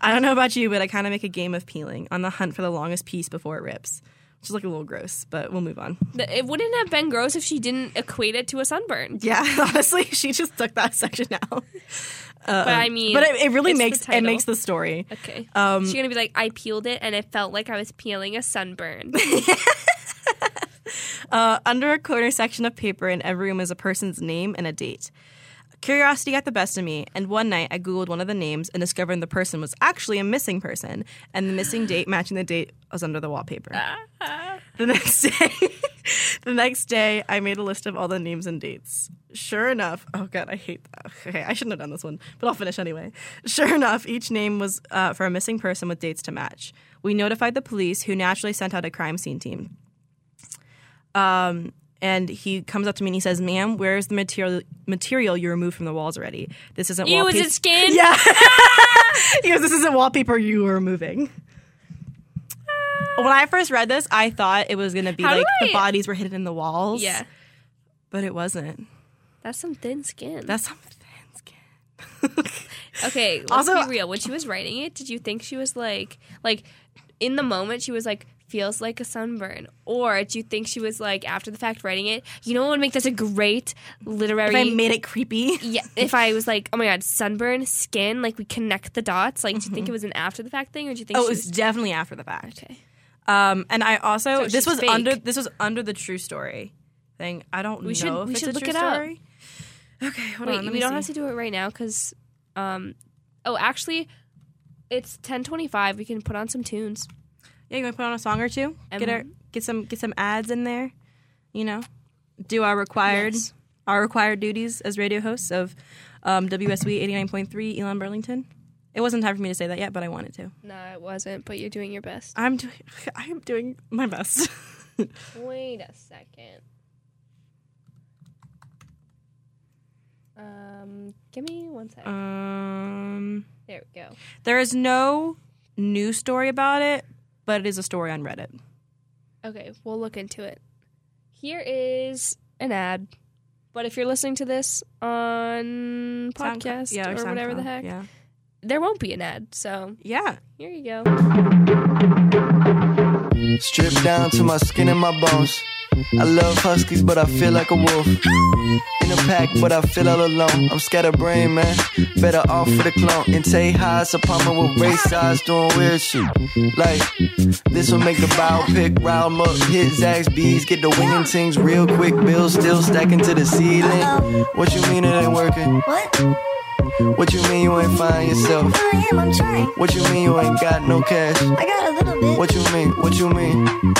[SPEAKER 1] I don't know about you, but I kind of make a game of peeling on the hunt for the longest piece before it rips, which is like a little gross, but we'll move on.
[SPEAKER 2] The- It wouldn't have been gross if she didn't equate it to a sunburn.
[SPEAKER 1] Yeah, honestly, she just took that section out.
[SPEAKER 2] but I mean,
[SPEAKER 1] Uh-uh. But it, it really
[SPEAKER 2] it's the
[SPEAKER 1] makes it
[SPEAKER 2] title.
[SPEAKER 1] makes the story.
[SPEAKER 2] Okay.
[SPEAKER 1] Um,
[SPEAKER 2] She's gonna be like, I peeled it and it felt like I was peeling a sunburn.
[SPEAKER 1] Uh, under a corner section of paper in every room is a person's name and a date. Curiosity got the best of me, and one night I Googled one of the names and discovered the person was actually a missing person, and the missing date matching the date was under the wallpaper.
[SPEAKER 2] Ah.
[SPEAKER 1] The next day, the next day, I made a list of all the names and dates. Sure enough, oh god, I hate that. Okay, I shouldn't have done this one, but I'll finish anyway. Sure enough, each name was uh, for a missing person with dates to match. We notified the police, who naturally sent out a crime scene team. Um, and he comes up to me and he says, "Ma'am, where is the material material you removed from the walls already? This isn't
[SPEAKER 2] Ew, is
[SPEAKER 1] wallpaper.
[SPEAKER 2] it skin?
[SPEAKER 1] Yeah. he goes, This isn't wallpaper you were moving. When I first read this, I thought it was going to be
[SPEAKER 2] How do
[SPEAKER 1] like the
[SPEAKER 2] I-
[SPEAKER 1] bodies were hidden in the walls.
[SPEAKER 2] Yeah.
[SPEAKER 1] But it wasn't.
[SPEAKER 2] That's some thin skin.
[SPEAKER 1] That's something. skin.
[SPEAKER 2] okay, let's
[SPEAKER 1] Also-
[SPEAKER 2] be real. When she was writing it, did you think she was like like in the moment she was like feels like a sunburn? Or do you think she was like after the fact writing it, you know what would make this a great literary
[SPEAKER 1] If I made it creepy.
[SPEAKER 2] yeah, if I was like, oh my god, sunburn, skin, like we connect the dots. Like, do you think it was an after the fact thing, or do you think
[SPEAKER 1] Mm-hmm. Oh,
[SPEAKER 2] she
[SPEAKER 1] it was definitely after the fact.
[SPEAKER 2] okay?
[SPEAKER 1] Um, and I also
[SPEAKER 2] So
[SPEAKER 1] this
[SPEAKER 2] she's
[SPEAKER 1] was
[SPEAKER 2] fake.
[SPEAKER 1] under this was under the true story thing. I don't know
[SPEAKER 2] We should-
[SPEAKER 1] if
[SPEAKER 2] we
[SPEAKER 1] it's
[SPEAKER 2] should
[SPEAKER 1] a
[SPEAKER 2] look
[SPEAKER 1] true
[SPEAKER 2] it up.
[SPEAKER 1] story. Okay, hold
[SPEAKER 2] Wait,
[SPEAKER 1] on. Let
[SPEAKER 2] we
[SPEAKER 1] me
[SPEAKER 2] don't
[SPEAKER 1] see.
[SPEAKER 2] have to do it right now because, um, oh, actually, it's ten twenty-five. We can put on some tunes.
[SPEAKER 1] Yeah, you want to put on a song or two? get
[SPEAKER 2] Um,
[SPEAKER 1] our, get some get some ads in there. You know, do our required
[SPEAKER 2] Yes.
[SPEAKER 1] our required duties as radio hosts of um, WSW eighty nine point three Elon Burlington. It wasn't time for me to say that yet, but I wanted to.
[SPEAKER 2] No, it wasn't. But you're doing your best.
[SPEAKER 1] I'm doing I am doing my best.
[SPEAKER 2] Wait a second. Um, give me one sec.
[SPEAKER 1] um,
[SPEAKER 2] there we go.
[SPEAKER 1] there is no news story about it, but it is a story on Reddit.
[SPEAKER 2] Okay, we'll look into it. Here is an ad. But if you're listening to this on
[SPEAKER 1] Sound-
[SPEAKER 2] podcast
[SPEAKER 1] yeah,
[SPEAKER 2] or whatever the
[SPEAKER 1] SoundCloud,
[SPEAKER 2] heck,
[SPEAKER 1] Yeah,
[SPEAKER 2] there won't be an ad. So
[SPEAKER 1] yeah.
[SPEAKER 2] here you go.
[SPEAKER 3] Stripped down to my skin and my bones. I love huskies, but I feel like a wolf. In a pack, but I feel all alone. I'm scatterbrained, man. Better off for the clone. And take highs upon me with race eyes doing weird shit. Like, this will make the bow pick, round 'em up, hit Zach's bees, get the winging things real quick. Bills still stacking to the ceiling. What you mean it ain't working?
[SPEAKER 4] What?
[SPEAKER 3] What you mean you ain't find yourself?
[SPEAKER 4] I am, I'm trying.
[SPEAKER 3] What you mean you ain't got no cash?
[SPEAKER 4] I got a little bit.
[SPEAKER 3] What you mean? What you mean?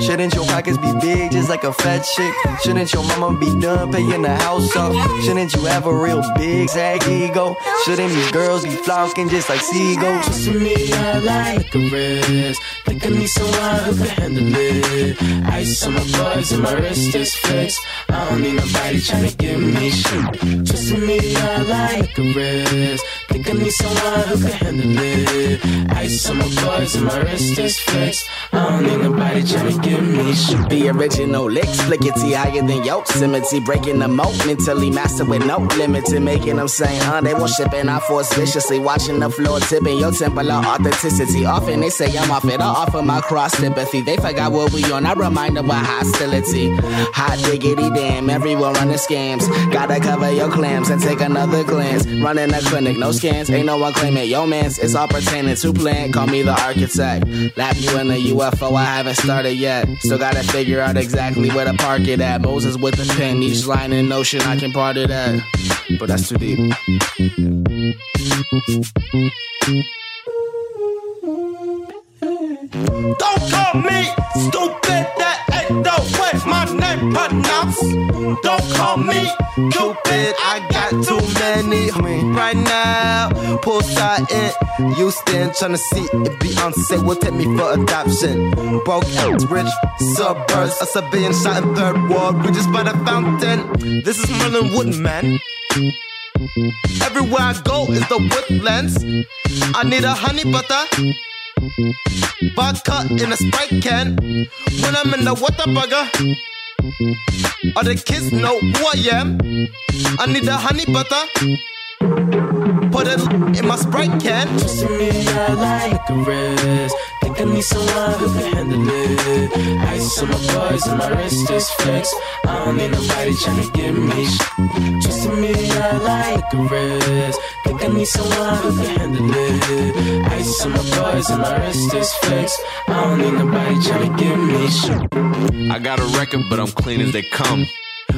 [SPEAKER 3] Shouldn't your pockets be big just like a fat chick? Shouldn't your mama be done paying the house off? Shouldn't you have a real big zag ego? Shouldn't these girls be flocking just like seagulls?
[SPEAKER 5] Just for me, I like a risk. Think I need someone who can handle it. Ice on my buds and my wrist is fixed. I don't need nobody trying to give me shit. Just for me, I like a risk. Think I need someone who can handle it. Ice on my buds and my wrist is fixed. I don't need nobody trying to give me shit.
[SPEAKER 6] The original licks, flickety higher than Yosemite, breaking the moat, mentally master with no limit to making them say, huh, they won't ship and I force viciously, watching the floor tipping your temple of authenticity. Often they say I'm off it, I offer my cross sympathy. They forgot what we on, I remind them with hostility. Hot diggity damn, everyone running scams. Gotta cover your clams and take another glance. Running a clinic, no scans, ain't no one claiming yo man's. It's all pertaining to plan, call me the architect. Lap you in a UFO, I haven't started yet. Still gotta figure out exactly where to park it at. Moses with a pen, each line in notion I can part it at. But that's too deep.
[SPEAKER 7] Don't call me stupid, that ain't the way my name pronounced. Don't call me Cupid, I got too many
[SPEAKER 3] right now. Poolside in Houston, tryna see if Beyonce will take me for adoption. Broke out, rich suburbs, a civilian shot in third world. We just by the fountain. This is Merlin Woodman. Everywhere I go is the woodlands. I need a honey butter. Vodka in a Sprite can. When I'm in the water burger. All the kids know who I am. I need a honey butter. Put it in my Sprite can.
[SPEAKER 5] Just for me, I like a risk. Think I need someone who can handle it. Ice on my buds and my wrist is fixed. I don't need nobody trying to give me shit. Just for me, I like a risk. Think I need someone who can handle it. Ice on my buds and my wrist is fixed. I don't need nobody trying to give me shit.
[SPEAKER 8] I got a record, but I'm clean as they come.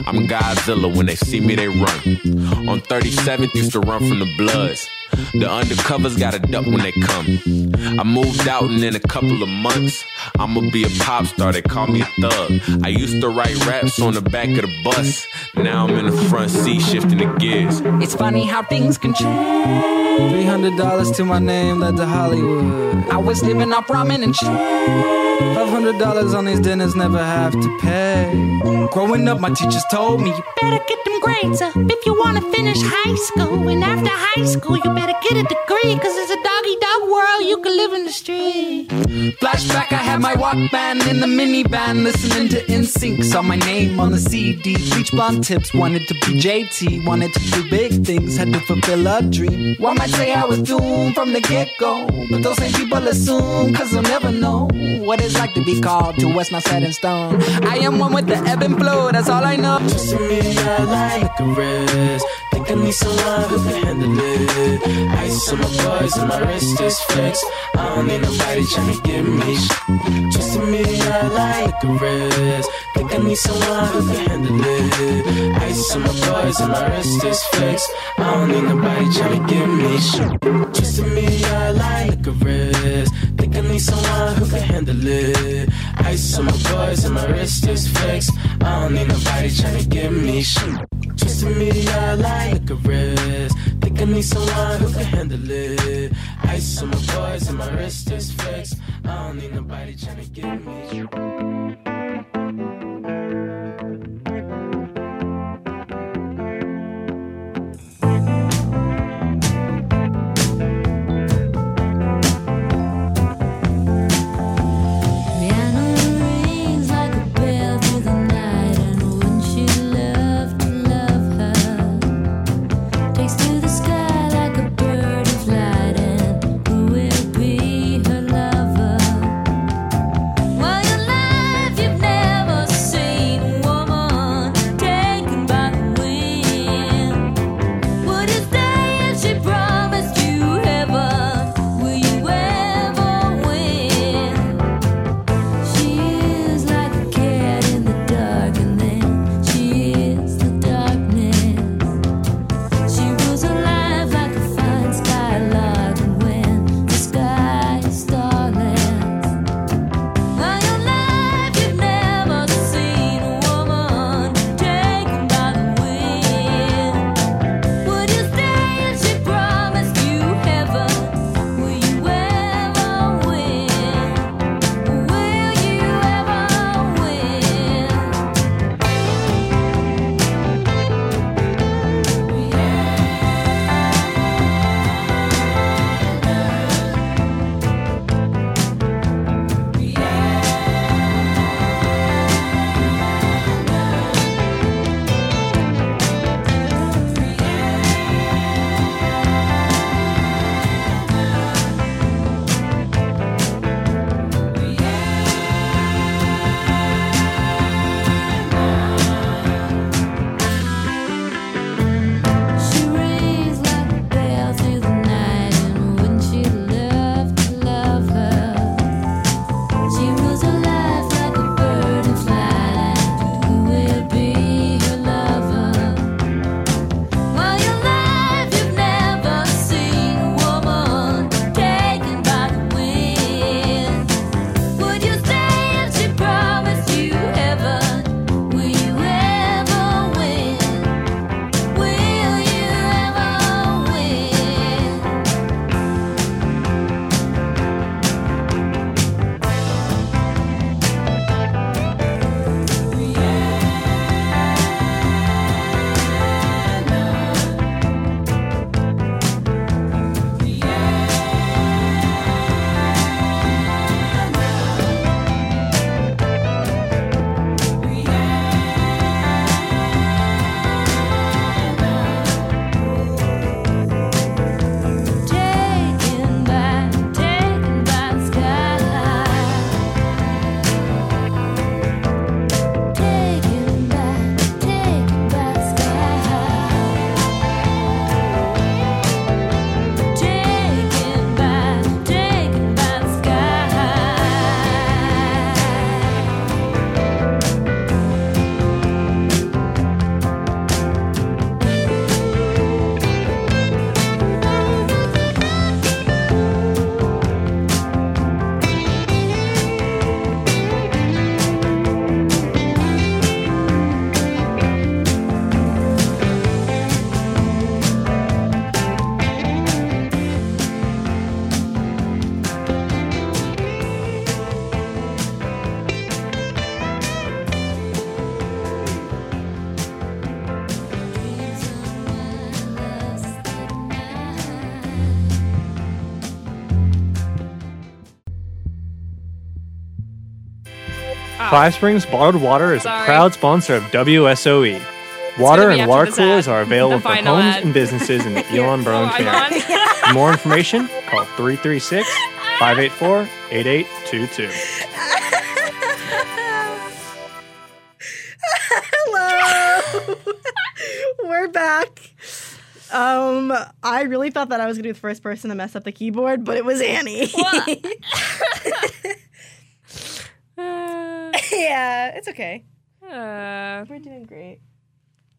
[SPEAKER 8] I'm Godzilla, when they see me, they run. On 37th, used to run from the Bloods. The undercovers gotta duck when they come. I moved out, and in a couple of months, I'ma be a pop star. They call me a thug. I used to write raps on the back of the bus. Now I'm in the front seat, shifting the gears.
[SPEAKER 9] It's funny how things can change.
[SPEAKER 5] $300 to my name led to Hollywood.
[SPEAKER 9] I was living off ramen and shit.
[SPEAKER 5] Five hundred dollars on these dinners never have to pay. Growing up, my teachers told me
[SPEAKER 10] better get them grades up if you want to finish high school. And after high school, you better get a degree, cause it's a doggy dog world. You can live in the street.
[SPEAKER 9] Flashback, I had my Walkman in the minivan, listening to NSYNC. Saw my name on the CD. Bleach blonde tips, wanted to be JT, wanted to do big things, had to fulfill a dream. One might say I was doomed from the get go, but those same people assume, cause they'll never know what it's like to be called to what's not set in stone. I am one with the ebb and flow, that's all I know.
[SPEAKER 5] just for me, I like a risk. Think I need someone who can handle it. Ice on my buds and my wrist is fixed. I don't need nobody trying to give me shit. Just for me, I like a risk. Think I need someone who can handle it. Ice on my buds and my wrist is fixed. I don't need nobody trying to give me shit. Just for me, I like a risk. Think I need someone who can handle it. Ice on my buds and my wrist is fixed. I don't need nobody trying to give me shit. Just to me, I like a risk. Think I need someone who can handle it. Ice on my buds and my wrist is fixed. I don't need nobody trying to give me shit.
[SPEAKER 4] Rihanna rings like a bell through the night, and wouldn't you love to love her? Takes to the sky like a bird of light, and who will be her lover? While your life
[SPEAKER 11] Five Springs Bottled Water is a
[SPEAKER 2] Sorry.
[SPEAKER 11] proud sponsor of WSOE. E. Water
[SPEAKER 2] be
[SPEAKER 11] and
[SPEAKER 2] after
[SPEAKER 11] water
[SPEAKER 2] this
[SPEAKER 11] coolers
[SPEAKER 2] ad.
[SPEAKER 11] are available
[SPEAKER 2] The
[SPEAKER 11] for
[SPEAKER 2] final
[SPEAKER 11] homes
[SPEAKER 2] ad.
[SPEAKER 11] and businesses in the Elon Broward area. For more information, call 336 584 8822.
[SPEAKER 1] Hello. We're back. Um, I really thought that I was gonna be the first person to mess up the keyboard, but it was Annie.
[SPEAKER 2] Ah,
[SPEAKER 1] yeah, it's okay.
[SPEAKER 2] Uh,
[SPEAKER 1] We're doing great.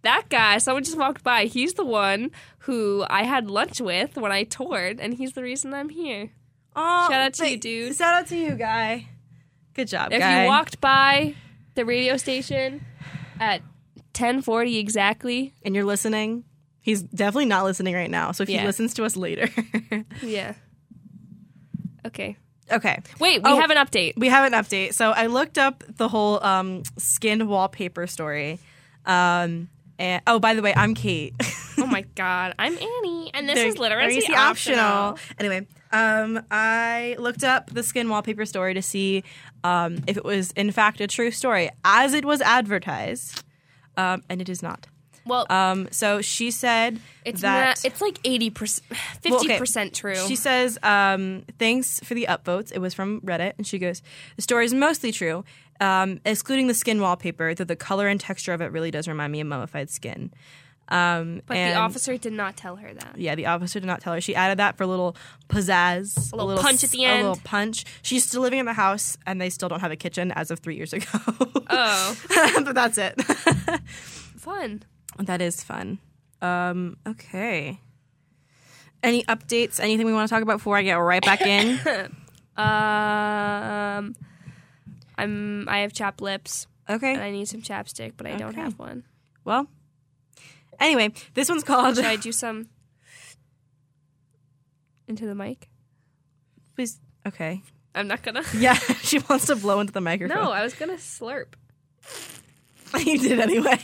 [SPEAKER 2] that guy, someone just walked by. He's the one who I had lunch with when I toured, and he's the reason I'm here.
[SPEAKER 1] Oh,
[SPEAKER 2] Shout out to
[SPEAKER 1] but-
[SPEAKER 2] you, dude.
[SPEAKER 1] Shout out to you, guy. Good job,
[SPEAKER 2] If
[SPEAKER 1] guy.
[SPEAKER 2] you walked by the radio station at 10:40 exactly,
[SPEAKER 1] and you're listening, he's definitely not listening right now. So if
[SPEAKER 2] Yeah.
[SPEAKER 1] he listens to us later,
[SPEAKER 2] yeah. Okay.
[SPEAKER 1] okay.
[SPEAKER 2] Wait, we
[SPEAKER 1] Oh.
[SPEAKER 2] have an update.
[SPEAKER 1] we have an update. So I looked up the whole um, skin wallpaper story. Um, and oh, by the way, I'm Kate.
[SPEAKER 2] Oh my god, I'm Annie, and this
[SPEAKER 1] They're-
[SPEAKER 2] is literacy,
[SPEAKER 1] literacy
[SPEAKER 2] optional.
[SPEAKER 1] Anyway, um, I looked up the skin wallpaper story to see um, if it was in fact a true story, as it was advertised, um, and it is not.
[SPEAKER 2] Well,
[SPEAKER 1] Um, so she said
[SPEAKER 2] it's
[SPEAKER 1] that
[SPEAKER 2] not, it's like 80 percent, 50
[SPEAKER 1] Well, okay.
[SPEAKER 2] percent true.
[SPEAKER 1] She says, um, thanks for the upvotes. It was from Reddit. And she goes, the story is mostly true, um, excluding the skin wallpaper, though the color and texture of it really does remind me of mummified skin. Um,
[SPEAKER 2] but
[SPEAKER 1] and-
[SPEAKER 2] the officer did not tell her that.
[SPEAKER 1] Yeah, the officer did not tell her. She added that for a little pizzazz,
[SPEAKER 2] A little punch at
[SPEAKER 1] s-
[SPEAKER 2] the
[SPEAKER 1] A
[SPEAKER 2] end.
[SPEAKER 1] little punch. She's still living in the house, and they still don't have a kitchen as of three years ago.
[SPEAKER 2] Oh,
[SPEAKER 1] but that's it.
[SPEAKER 2] fun.
[SPEAKER 1] that is fun. Um, okay. Any updates? Anything we want to talk about before I get right back in?
[SPEAKER 2] Um, I'm I have chapped lips and
[SPEAKER 1] Okay.
[SPEAKER 2] I need some chapstick, but I don't
[SPEAKER 1] Okay.
[SPEAKER 2] have one.
[SPEAKER 1] Well, anyway, this one's called.
[SPEAKER 2] Should I do some into the mic?
[SPEAKER 1] Please. Okay.
[SPEAKER 2] I'm not gonna.
[SPEAKER 1] Yeah, she wants to blow into the
[SPEAKER 2] No,
[SPEAKER 1] microphone.
[SPEAKER 2] I was gonna slurp.
[SPEAKER 1] you did anyway.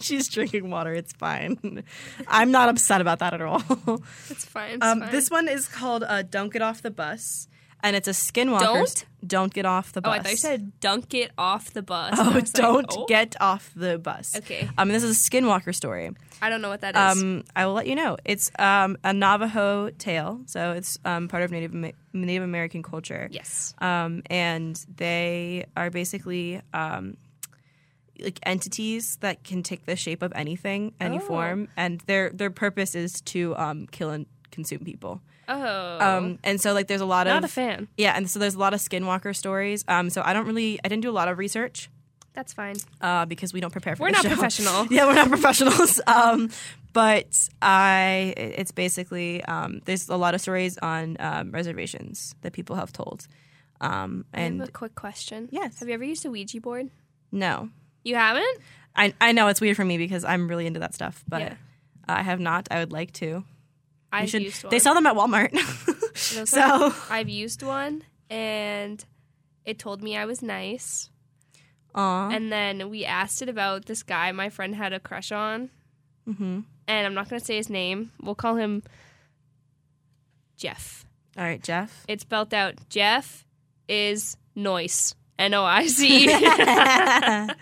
[SPEAKER 1] She's drinking water. It's fine. I'm not upset about that at all.
[SPEAKER 2] It's fine. It's
[SPEAKER 1] Um,
[SPEAKER 2] fine.
[SPEAKER 1] this one is called uh, "Don't Get Off the Bus," and it's a skinwalker.
[SPEAKER 2] Don't?
[SPEAKER 1] don't get off the
[SPEAKER 2] Oh,
[SPEAKER 1] bus.
[SPEAKER 2] I thought you said dunk it off the bus.
[SPEAKER 1] Oh,
[SPEAKER 2] I was like,
[SPEAKER 1] don't
[SPEAKER 2] oh?
[SPEAKER 1] get off the bus.
[SPEAKER 2] Okay.
[SPEAKER 1] Um, this is a skinwalker story.
[SPEAKER 2] I don't know what that is.
[SPEAKER 1] Um, I will let you know. It's um, a Navajo tale, so it's um, part of Native Am- Native American culture.
[SPEAKER 2] yes.
[SPEAKER 1] um, and they are basically um, like entities that can take the shape of anything, any
[SPEAKER 2] Oh.
[SPEAKER 1] form, and their their purpose is to um, kill and consume people.
[SPEAKER 2] Oh,
[SPEAKER 1] Um, and so like there's a lot
[SPEAKER 2] not
[SPEAKER 1] of
[SPEAKER 2] a fan.
[SPEAKER 1] yeah, and so there's a lot of skinwalker stories. Um, so I don't really I didn't do a lot of research
[SPEAKER 2] That's fine.
[SPEAKER 1] uh, because we don't prepare for.
[SPEAKER 2] We're
[SPEAKER 1] this
[SPEAKER 2] not
[SPEAKER 1] show.
[SPEAKER 2] professional.
[SPEAKER 1] yeah, we're not professionals. Um, but I, it's basically um, there's a lot of stories on um, reservations that people have told. Um,
[SPEAKER 2] I have
[SPEAKER 1] and
[SPEAKER 2] a quick question.
[SPEAKER 1] Yes.
[SPEAKER 2] Have you ever used a Ouija board?
[SPEAKER 1] no,
[SPEAKER 2] You haven't?
[SPEAKER 1] I I know it's weird for me because I'm really into that stuff, but
[SPEAKER 2] Yeah.
[SPEAKER 1] I have not. I would like to.
[SPEAKER 2] I've
[SPEAKER 1] should-
[SPEAKER 2] used one.
[SPEAKER 1] They sell them at Walmart.
[SPEAKER 2] Those
[SPEAKER 1] so
[SPEAKER 2] are- I've used one, and it told me I was nice.
[SPEAKER 1] Aw.
[SPEAKER 2] And then we asked it about this guy my friend had a crush on.
[SPEAKER 1] Mhm.
[SPEAKER 2] And I'm not going to say his name. We'll call him Jeff.
[SPEAKER 1] all right, Jeff.
[SPEAKER 2] It's spelled out Jeff is noise. N O I C. E.
[SPEAKER 1] that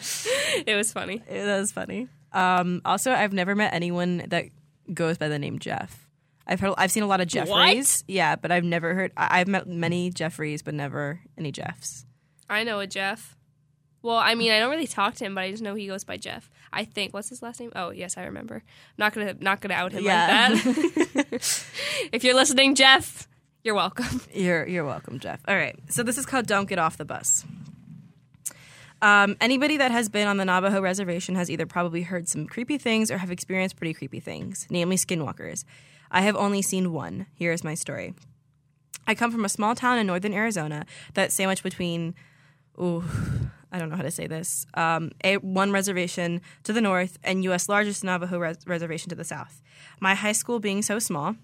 [SPEAKER 2] It was funny.
[SPEAKER 1] was funny. Um, also, I've never met anyone that goes by the name Jeff. I've heard, I've seen a lot of Jeffreys. Yeah, but I've never heard. I- I've met many Jeffreys, but never any Jeffs.
[SPEAKER 2] I know a Jeff. Well, I mean, I don't really talk to him, but I just know he goes by Jeff. I think what's his last name? Oh, yes, I remember. not gonna not gonna out him
[SPEAKER 1] Yeah.
[SPEAKER 2] like that. if you're listening, Jeff, you're welcome.
[SPEAKER 1] You're you're welcome, Jeff. All right. So this is called "Don't Get Off the Bus." Um, anybody that has been on the Navajo reservation has either probably heard some creepy things or have experienced pretty creepy things, namely skinwalkers. I have only seen one. Here is my story. I come from a small town in northern Arizona that's sandwiched between, ooh, I don't know how to say this, um, a, one reservation to the north and U.S. largest Navajo res- reservation to the south. My high school being so small,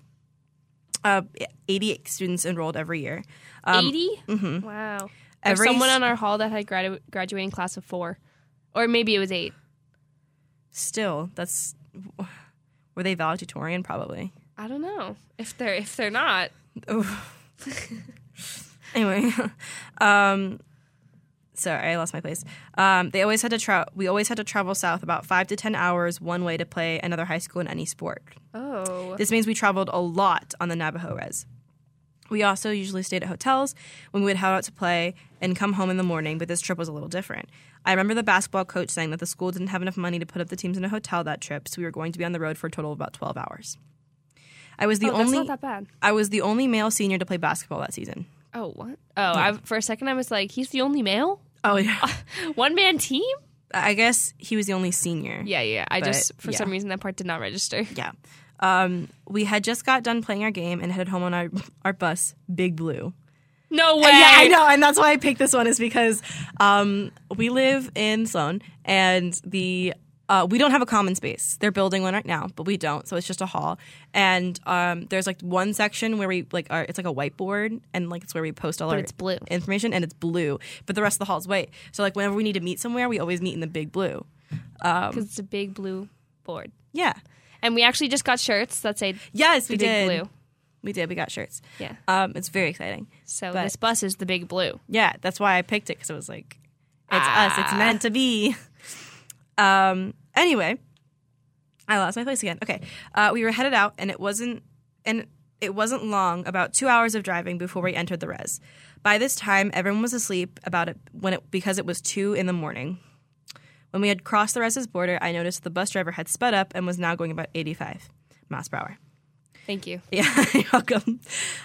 [SPEAKER 1] uh, 88 students enrolled every year. Um,
[SPEAKER 2] Eighty. Wow. There's
[SPEAKER 1] Every-
[SPEAKER 2] someone on our hall that had gradu- graduating class of four, or maybe it was eight.
[SPEAKER 1] Still, that's were they valedictorian? Probably.
[SPEAKER 2] I don't know if they're if they're not.
[SPEAKER 1] Anyway, um, Sorry, I lost my place. Um, they always had to travel. We always had to travel south about five to ten hours one way to play another high school in any sport.
[SPEAKER 2] Oh.
[SPEAKER 1] This means we traveled a lot on the Navajo Res. We also usually stayed at hotels when we would head out to play and come home in the morning, but this trip was a little different. I remember the basketball coach saying that the school didn't have enough money to put up the teams in a hotel that trip, so we were going to be on the road for a total of about 12 hours. I was the
[SPEAKER 2] Oh, that's
[SPEAKER 1] only
[SPEAKER 2] not that bad.
[SPEAKER 1] I was the only male senior to play basketball that season.
[SPEAKER 2] Oh, what? Oh, I, for a second I was like, he's the only male?
[SPEAKER 1] Oh yeah.
[SPEAKER 2] One man team?
[SPEAKER 1] I guess he was the only senior.
[SPEAKER 2] Yeah, yeah. I
[SPEAKER 1] But,
[SPEAKER 2] just, for some
[SPEAKER 1] yeah.
[SPEAKER 2] reason, that part did not register.
[SPEAKER 1] Yeah. Um, we had just got done playing our game and headed home on our, our bus, Big Blue.
[SPEAKER 2] No way.
[SPEAKER 1] Yeah, I know, and that's why I picked this one is because um, we live in Sloan, and the uh, we don't have a common space. They're building one right now, but we don't, so it's just a hall. And um, there's like one section where we like our it's like a whiteboard, and like it's where we post all
[SPEAKER 2] But
[SPEAKER 1] our
[SPEAKER 2] it's blue.
[SPEAKER 1] information, and it's blue. But the rest of the hall is white. So like whenever we need to meet somewhere, we always meet in the big blue.
[SPEAKER 2] Because it's a big blue board.
[SPEAKER 1] Yeah.
[SPEAKER 2] And we actually just got shirts that say
[SPEAKER 1] Yes,
[SPEAKER 2] the
[SPEAKER 1] we
[SPEAKER 2] big
[SPEAKER 1] did.
[SPEAKER 2] blue.
[SPEAKER 1] We did. We got shirts.
[SPEAKER 2] Yeah.
[SPEAKER 1] Um, it's very exciting.
[SPEAKER 2] So
[SPEAKER 1] But-
[SPEAKER 2] this bus is the big blue.
[SPEAKER 1] Yeah, that's why I picked it because it was like, it's us, it's
[SPEAKER 2] Ah.
[SPEAKER 1] meant to be. Um. Anyway, I lost my place again. Okay, uh, we were headed out, and it wasn't, and it wasn't long. About two hours of driving before we entered the res. By this time, everyone was asleep. About it when it because it was two in the morning. When we had crossed the res's border, I noticed the bus driver had sped up and was now going about eighty-five miles per hour.
[SPEAKER 2] Thank you.
[SPEAKER 1] Yeah, you're welcome.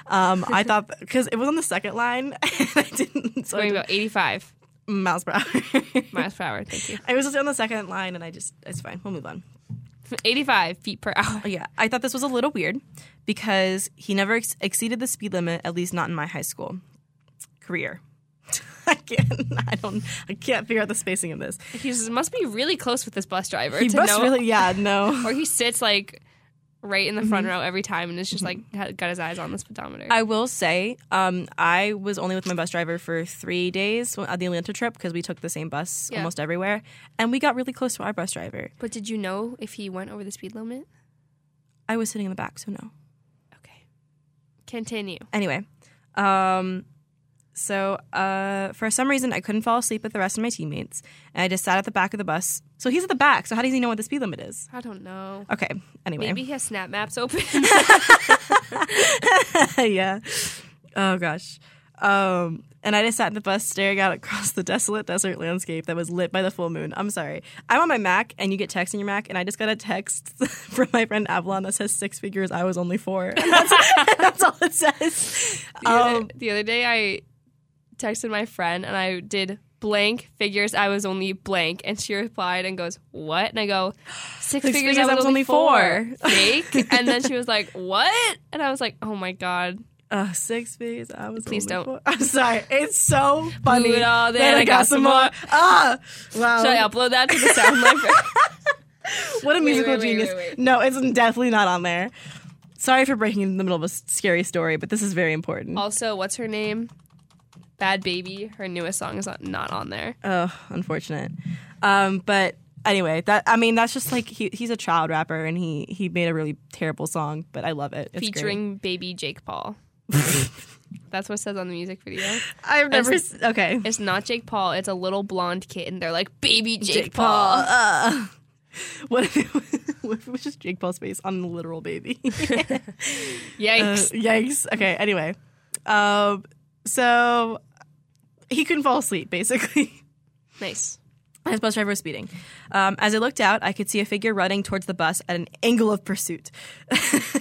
[SPEAKER 1] Um, I thought because it was on the second line, and I didn't. So I
[SPEAKER 2] Going
[SPEAKER 1] didn't-
[SPEAKER 2] about 85
[SPEAKER 1] miles per hour.
[SPEAKER 2] miles per hour. Thank you.
[SPEAKER 1] I was just on the second line, and I just it's fine. We'll move on.
[SPEAKER 2] 85 feet per hour.
[SPEAKER 1] But yeah, I thought this was a little weird because he never ex- exceeded the speed limit, at least not in my high school career. I can't. I don't. I can't figure out the spacing of this.
[SPEAKER 2] He just must be really close with this bus driver.
[SPEAKER 1] He
[SPEAKER 2] to
[SPEAKER 1] must
[SPEAKER 2] know,
[SPEAKER 1] really. Yeah. No.
[SPEAKER 2] Or he sits like right in the front row every time and is just like ha- got his eyes on the speedometer.
[SPEAKER 1] I will say, um, I was only with my bus driver for three days on the Atlanta trip because we took the same bus
[SPEAKER 2] Yeah.
[SPEAKER 1] almost everywhere, and we got really close to our bus driver.
[SPEAKER 2] but did you know if he went over the speed limit?
[SPEAKER 1] I was sitting in the back, so no.
[SPEAKER 2] Okay. Continue.
[SPEAKER 1] Anyway, um, so uh, for some reason, I couldn't fall asleep with the rest of my teammates, and I just sat at the back of the bus. So he's at the back. So how does he know what the speed limit is?
[SPEAKER 2] I don't know.
[SPEAKER 1] Okay. Anyway,
[SPEAKER 2] Maybe he has snap maps open.
[SPEAKER 1] yeah. Oh gosh. Um, and I just sat in the bus staring out across the desolate desert landscape that was lit by the full moon. I'm sorry. I'm on my Mac and you get texts on your Mac, and I just got a text from my friend Avalon that says six figures. I was only four. And that's, that's all it says.
[SPEAKER 2] the, other-
[SPEAKER 1] Um,
[SPEAKER 2] the other day, I texted my friend and I did blank figures. I was only blank, and she replied and goes, "What?" And I go, six, figures, I was, only four. Fake." and then she was like, "What?" And I was like, "Oh my god."
[SPEAKER 1] Uh, six figures. I was
[SPEAKER 2] Please don't.
[SPEAKER 1] only four. I'm sorry. It's so funny.
[SPEAKER 2] it all, then I got some more.
[SPEAKER 1] Ah, wow.
[SPEAKER 2] Should I upload that to the sound library?
[SPEAKER 1] What a musical
[SPEAKER 2] wait, wait,
[SPEAKER 1] genius.
[SPEAKER 2] wait, wait.
[SPEAKER 1] No, it's definitely not on there. Sorry for breaking in the middle of a s- scary story, but this is very important.
[SPEAKER 2] also, what's her name? Bad Baby. Her newest song is not- not on there.
[SPEAKER 1] Oh, unfortunate. Um, but anyway, that I mean, that's just like he, he's a child rapper and he he made a really terrible song, but I love it. It's great.
[SPEAKER 2] featuring Baby Jake Paul. That's what it says on the music video.
[SPEAKER 1] I've never
[SPEAKER 2] As-
[SPEAKER 1] s- okay.
[SPEAKER 2] It's not Jake Paul. It's a little blonde kid, and they're like, "Baby Jake,
[SPEAKER 1] Jake
[SPEAKER 2] Paul.
[SPEAKER 1] Paul. Uh, what if it was, what if it was just Jake Paul's face on the literal baby? Uh,
[SPEAKER 2] Yikes!
[SPEAKER 1] yikes. Okay. Anyway, um, so he couldn't fall asleep basically.
[SPEAKER 2] nice.
[SPEAKER 1] As bus driver was speeding. Um, as I looked out, I could see a figure running towards the bus at an angle of pursuit.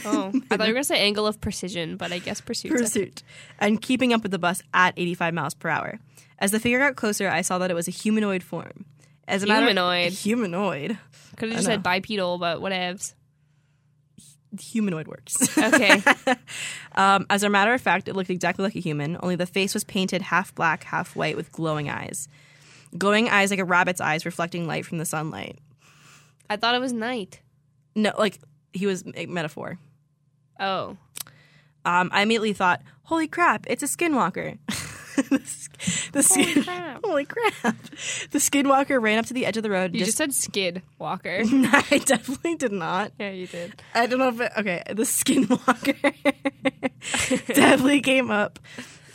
[SPEAKER 2] Oh, I thought you were gonna say angle of precision, but I guess pursuit.
[SPEAKER 1] pursuit. And keeping up with the bus at 85 miles per hour. As the figure got closer, I saw that it was a humanoid form. As a matter-
[SPEAKER 2] Humanoid.
[SPEAKER 1] humanoid.
[SPEAKER 2] Could have just
[SPEAKER 1] I
[SPEAKER 2] said
[SPEAKER 1] know.
[SPEAKER 2] bipedal, but whatevs.
[SPEAKER 1] Humanoid works.
[SPEAKER 2] Okay.
[SPEAKER 1] Um, as a matter of fact, it looked exactly like a human, only the face was painted half black, half white with glowing eyes. Glowing eyes like a rabbit's eyes reflecting light from the sunlight.
[SPEAKER 2] I thought it was night.
[SPEAKER 1] No, like he was a metaphor.
[SPEAKER 2] Oh,
[SPEAKER 1] Um, I immediately thought, holy crap, it's a skinwalker. the sk- the skin- holy,
[SPEAKER 2] crap.
[SPEAKER 1] crap. The skinwalker ran up to the edge of the road. and
[SPEAKER 2] you just said skid walker.
[SPEAKER 1] I definitely did not.
[SPEAKER 2] yeah, you did.
[SPEAKER 1] I don't know if it, okay, the skinwalker definitely came up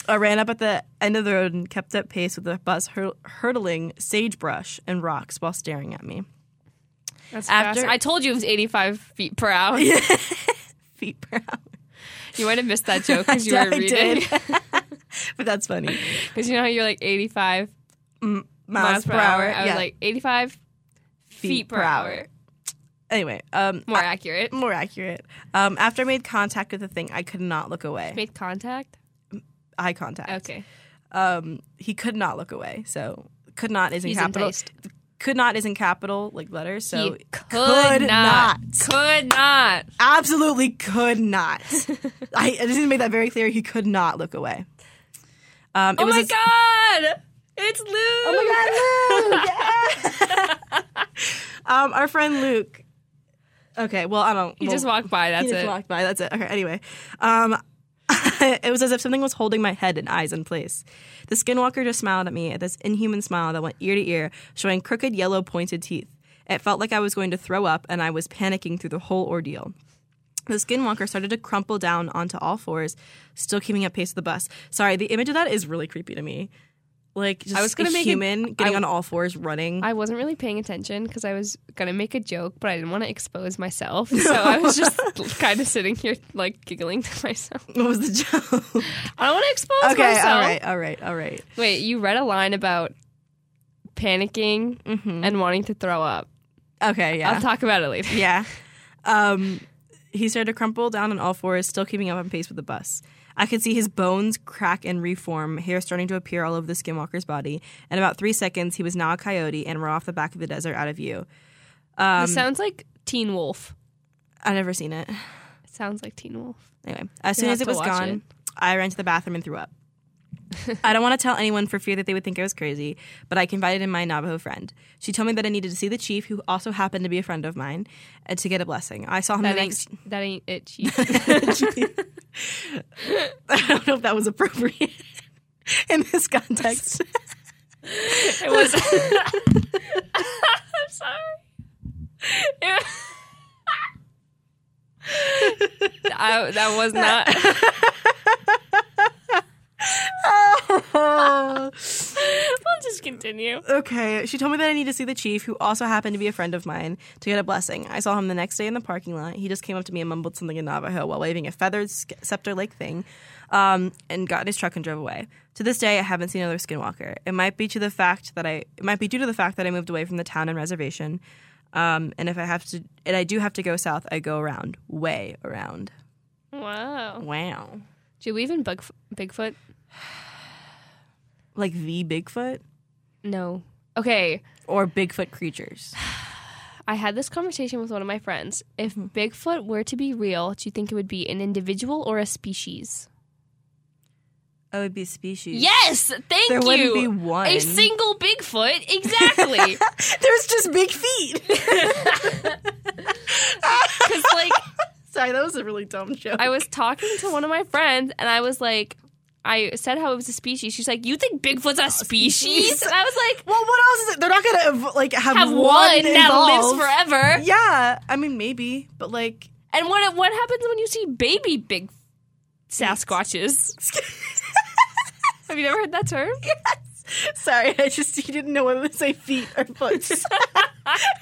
[SPEAKER 1] uh, ran up at the end of the road and kept up pace with the bus hur- hurtling sagebrush and rocks while staring at me.
[SPEAKER 2] That's
[SPEAKER 1] After-
[SPEAKER 2] fast. I told you it was 85 feet per hour.
[SPEAKER 1] Feet per hour.
[SPEAKER 2] You might have missed that joke because you
[SPEAKER 1] I
[SPEAKER 2] were reading.
[SPEAKER 1] did. but that's funny.
[SPEAKER 2] Because you know how you're like 85
[SPEAKER 1] miles per hour,
[SPEAKER 2] I was
[SPEAKER 1] yeah.
[SPEAKER 2] like 85 feet, per, hour.
[SPEAKER 1] Anyway, um,
[SPEAKER 2] More
[SPEAKER 1] I-
[SPEAKER 2] accurate.
[SPEAKER 1] more accurate. Um, after I made contact with the thing, I could not look away.
[SPEAKER 2] Made contact.
[SPEAKER 1] Eye contact.
[SPEAKER 2] Okay.
[SPEAKER 1] Um, he could not look away. So could not is in
[SPEAKER 2] He's
[SPEAKER 1] capital.
[SPEAKER 2] enticed.
[SPEAKER 1] Could not is in capital like letters. So
[SPEAKER 2] He could not. Could not.
[SPEAKER 1] absolutely could not. I, I just need to make that very clear. He could not look away. Um, it
[SPEAKER 2] Oh
[SPEAKER 1] was
[SPEAKER 2] my
[SPEAKER 1] a-
[SPEAKER 2] god! It's Luke. Oh my god, Luke.
[SPEAKER 1] Um, our friend Luke. Okay, well I don't.
[SPEAKER 2] He
[SPEAKER 1] well,
[SPEAKER 2] just walked by. That's
[SPEAKER 1] he just
[SPEAKER 2] it.
[SPEAKER 1] walked by. That's it. Okay. Anyway, um, it was as if something was holding my head and eyes in place. The skinwalker just smiled at me at this inhuman smile that went ear to ear, showing crooked yellow pointed teeth. It felt like I was going to throw up, and I was panicking through the whole ordeal. The skinwalker started to crumple down onto all fours, still keeping up pace with the bus. Sorry, the image of that is really creepy to me. Like just
[SPEAKER 2] I was gonna
[SPEAKER 1] a
[SPEAKER 2] make a-
[SPEAKER 1] human getting
[SPEAKER 2] I-
[SPEAKER 1] on all fours, running.
[SPEAKER 2] I wasn't really paying attention because I was gonna make a joke, but I didn't want to expose myself. So I was just kind of sitting here, like giggling to myself.
[SPEAKER 1] what was the joke?
[SPEAKER 2] I don't want to expose
[SPEAKER 1] okay,
[SPEAKER 2] myself.
[SPEAKER 1] all right, all right, all right.
[SPEAKER 2] Wait, you read a line about panicking and wanting to throw up.
[SPEAKER 1] Okay, yeah.
[SPEAKER 2] I'll talk about it later.
[SPEAKER 1] Yeah. Um, he started to crumple down on all fours, still keeping up on pace with the bus. I could see his bones crack and reform, hair starting to appear all over the skinwalker's body. In about three seconds, he was now a coyote and we're off the back of the desert out of view.
[SPEAKER 2] this sounds like Teen Wolf.
[SPEAKER 1] I've never seen it.
[SPEAKER 2] It sounds like Teen Wolf.
[SPEAKER 1] Anyway, as
[SPEAKER 2] You'll
[SPEAKER 1] soon
[SPEAKER 2] have
[SPEAKER 1] as it
[SPEAKER 2] to
[SPEAKER 1] was
[SPEAKER 2] watch
[SPEAKER 1] gone,
[SPEAKER 2] it.
[SPEAKER 1] I ran to the bathroom and threw up. I don't want to tell anyone for fear that they would think I was crazy, but I confided in my Navajo friend. She told me that I needed to see the chief, who also happened to be a friend of mine, and to get a blessing. I saw him the
[SPEAKER 2] That
[SPEAKER 1] next.
[SPEAKER 2] ain't, that ain't it, Chief.
[SPEAKER 1] I don't know if that was appropriate in this context.
[SPEAKER 2] It was. I'm sorry. It- I, that was not. we'll just continue.
[SPEAKER 1] okay, she told me that I need to see the chief, who also happened to be a friend of mine, to get a blessing. I saw him the next day in the parking lot. He just came up to me and mumbled something in Navajo while waving a feathered scepter like thing, um, and got in his truck and drove away. To this day, I haven't seen another skinwalker. It might be to the fact that I it might be due to the fact that I moved away from the town and reservation. Um, and if I have to, and I do have to go south, I go around, way around.
[SPEAKER 2] Wow.
[SPEAKER 1] Wow,
[SPEAKER 2] Do you believe in Bugf- Bigfoot?
[SPEAKER 1] like the Bigfoot
[SPEAKER 2] No. Okay.
[SPEAKER 1] or Bigfoot creatures.
[SPEAKER 2] I had this conversation with one of my friends. If Bigfoot were to be real, do you think it would be an individual or a species?
[SPEAKER 1] It would be species.
[SPEAKER 2] Yes, thank
[SPEAKER 1] There
[SPEAKER 2] you.
[SPEAKER 1] wouldn't be one.
[SPEAKER 2] A single Bigfoot, exactly.
[SPEAKER 1] There's just big feet.
[SPEAKER 2] Because like
[SPEAKER 1] Sorry, that was a really dumb joke.
[SPEAKER 2] I was talking to one of my friends, and I was like, I said how it was a species. She's like, you think Bigfoot's a species? And I was like,
[SPEAKER 1] well, what else is it? They're not gonna ev- like have,
[SPEAKER 2] have one, that
[SPEAKER 1] involved.
[SPEAKER 2] lives forever.
[SPEAKER 1] Yeah, I mean maybe, but like
[SPEAKER 2] And what what happens when you see baby big Sasquatches? Have you never heard that term?
[SPEAKER 1] Sorry, I just you didn't know whether to say feet or foots.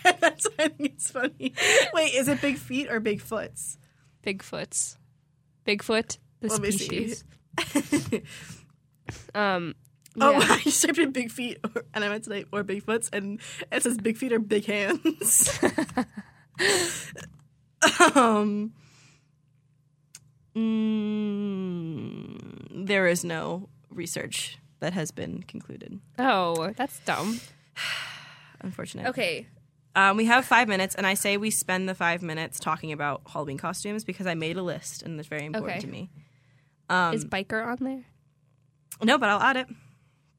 [SPEAKER 1] That's why I think it's funny. Wait, is it big feet or big foots?
[SPEAKER 2] Bigfoots. Bigfoot, the
[SPEAKER 1] Let me see.
[SPEAKER 2] species. Um,
[SPEAKER 1] Oh,
[SPEAKER 2] yeah.
[SPEAKER 1] I just typed in big feet, or, and I meant today or big foots, and it says big feet or big hands. um, mm, there is no research that has been concluded,
[SPEAKER 2] oh, that's dumb.
[SPEAKER 1] unfortunately.
[SPEAKER 2] Okay.
[SPEAKER 1] Um, we have five minutes, and I say we spend the five minutes talking about Halloween costumes because I made a list, and it's very important
[SPEAKER 2] Okay.
[SPEAKER 1] to me. Um,
[SPEAKER 2] Is biker on there?
[SPEAKER 1] No, but I'll add it.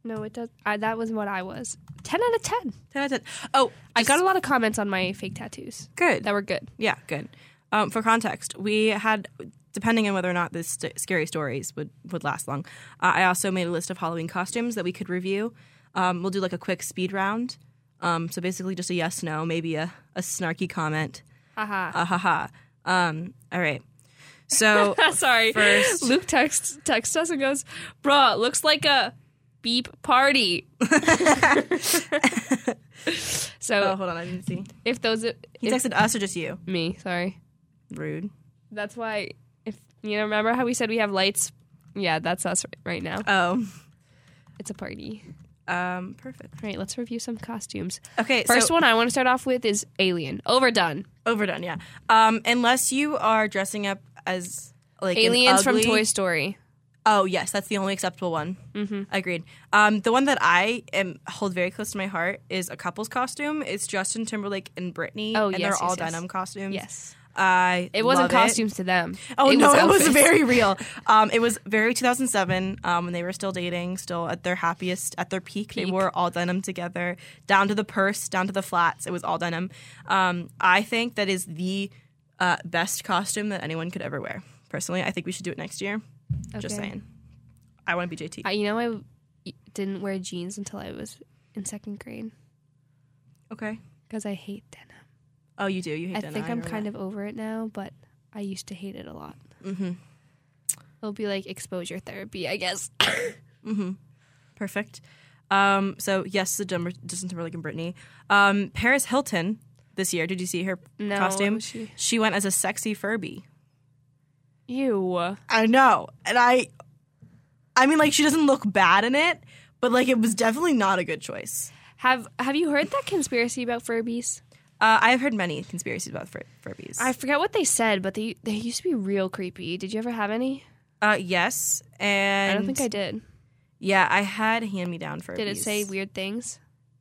[SPEAKER 2] No, it does. I, that was what I was. Ten out of ten.
[SPEAKER 1] 10 out of 10. Oh,
[SPEAKER 2] I got a lot of comments on my fake tattoos
[SPEAKER 1] good.
[SPEAKER 2] that were good.
[SPEAKER 1] Yeah, good. Um, for context, we had, depending on whether or not this st- scary stories would, would last long, uh, I also made a list of Halloween costumes that we could review. Um, we'll do like a quick speed round. Um, so basically, just a yes, no, maybe a, a snarky comment.
[SPEAKER 2] Haha.
[SPEAKER 1] Ah, ha, ha. Um, all right. So
[SPEAKER 2] sorry.
[SPEAKER 1] first-
[SPEAKER 2] Luke texts texts us and goes, "Bruh, looks like a beep party." so
[SPEAKER 1] Oh, hold on, I didn't see.
[SPEAKER 2] if those he
[SPEAKER 1] He texted us or just you?
[SPEAKER 2] me, sorry.
[SPEAKER 1] Rude.
[SPEAKER 2] That's why if you know, remember how we said we have lights? Yeah, that's us r- right now.
[SPEAKER 1] Oh,
[SPEAKER 2] It's a party.
[SPEAKER 1] um, perfect.
[SPEAKER 2] All right, let's review some costumes.
[SPEAKER 1] Okay,
[SPEAKER 2] First
[SPEAKER 1] Uh, so,
[SPEAKER 2] one I want to start off with is Alien. Overdone.
[SPEAKER 1] overdone. Yeah. Um, unless you are dressing up as like an
[SPEAKER 2] Aliens from
[SPEAKER 1] ugly-
[SPEAKER 2] Toy Story.
[SPEAKER 1] Oh yes, that's the only acceptable one. Mm-hmm. Agreed. Um, the one that I am hold very close to my heart is a couple's costume. It's Justin Timberlake and Britney.
[SPEAKER 2] Oh,
[SPEAKER 1] and
[SPEAKER 2] yes,
[SPEAKER 1] they're
[SPEAKER 2] yes,
[SPEAKER 1] all
[SPEAKER 2] yes.
[SPEAKER 1] denim costumes.
[SPEAKER 2] Yes.
[SPEAKER 1] I
[SPEAKER 2] It wasn't
[SPEAKER 1] love
[SPEAKER 2] costumes to them.
[SPEAKER 1] Oh no, it was
[SPEAKER 2] outfits.
[SPEAKER 1] very real. Um, it was very 2007 um, when they were still dating, still at their happiest, at their peak. They
[SPEAKER 2] Peak.
[SPEAKER 1] wore all denim together, down to the purse, down to the flats. It was all denim. Um, I think that is the uh, best costume that anyone could ever wear. Personally, I think we should do it next year. Just
[SPEAKER 2] Okay.
[SPEAKER 1] saying. I want to be JT.
[SPEAKER 2] I, you know, I w- didn't wear jeans until I was in second grade
[SPEAKER 1] okay.
[SPEAKER 2] because I hate denim.
[SPEAKER 1] Oh, you do. You hate
[SPEAKER 2] I
[SPEAKER 1] denim.
[SPEAKER 2] think I'm kind of over it now, but I used to hate it a lot. Mm-hmm.
[SPEAKER 1] hmm
[SPEAKER 2] It'll be like exposure therapy, I guess.
[SPEAKER 1] perfect. Um, so yes, the Jumber- Justin Timberlake and Britney. Um, Paris Hilton this year. Did you see her
[SPEAKER 2] No, what
[SPEAKER 1] costume?
[SPEAKER 2] was she?
[SPEAKER 1] went as a sexy Furby.
[SPEAKER 2] Ew.
[SPEAKER 1] I know, and I, I mean, like she doesn't look bad in it, but like it was definitely not a good choice.
[SPEAKER 2] Have Have you heard that conspiracy about Furbies?
[SPEAKER 1] Uh, I've heard many conspiracies about fur- Furbies.
[SPEAKER 2] I forget what they said, but they they used to be real creepy. Did you ever have any?
[SPEAKER 1] uh, yes, and
[SPEAKER 2] I don't think I did.
[SPEAKER 1] Yeah, I had hand-me-down Furbies.
[SPEAKER 2] Did it say weird things?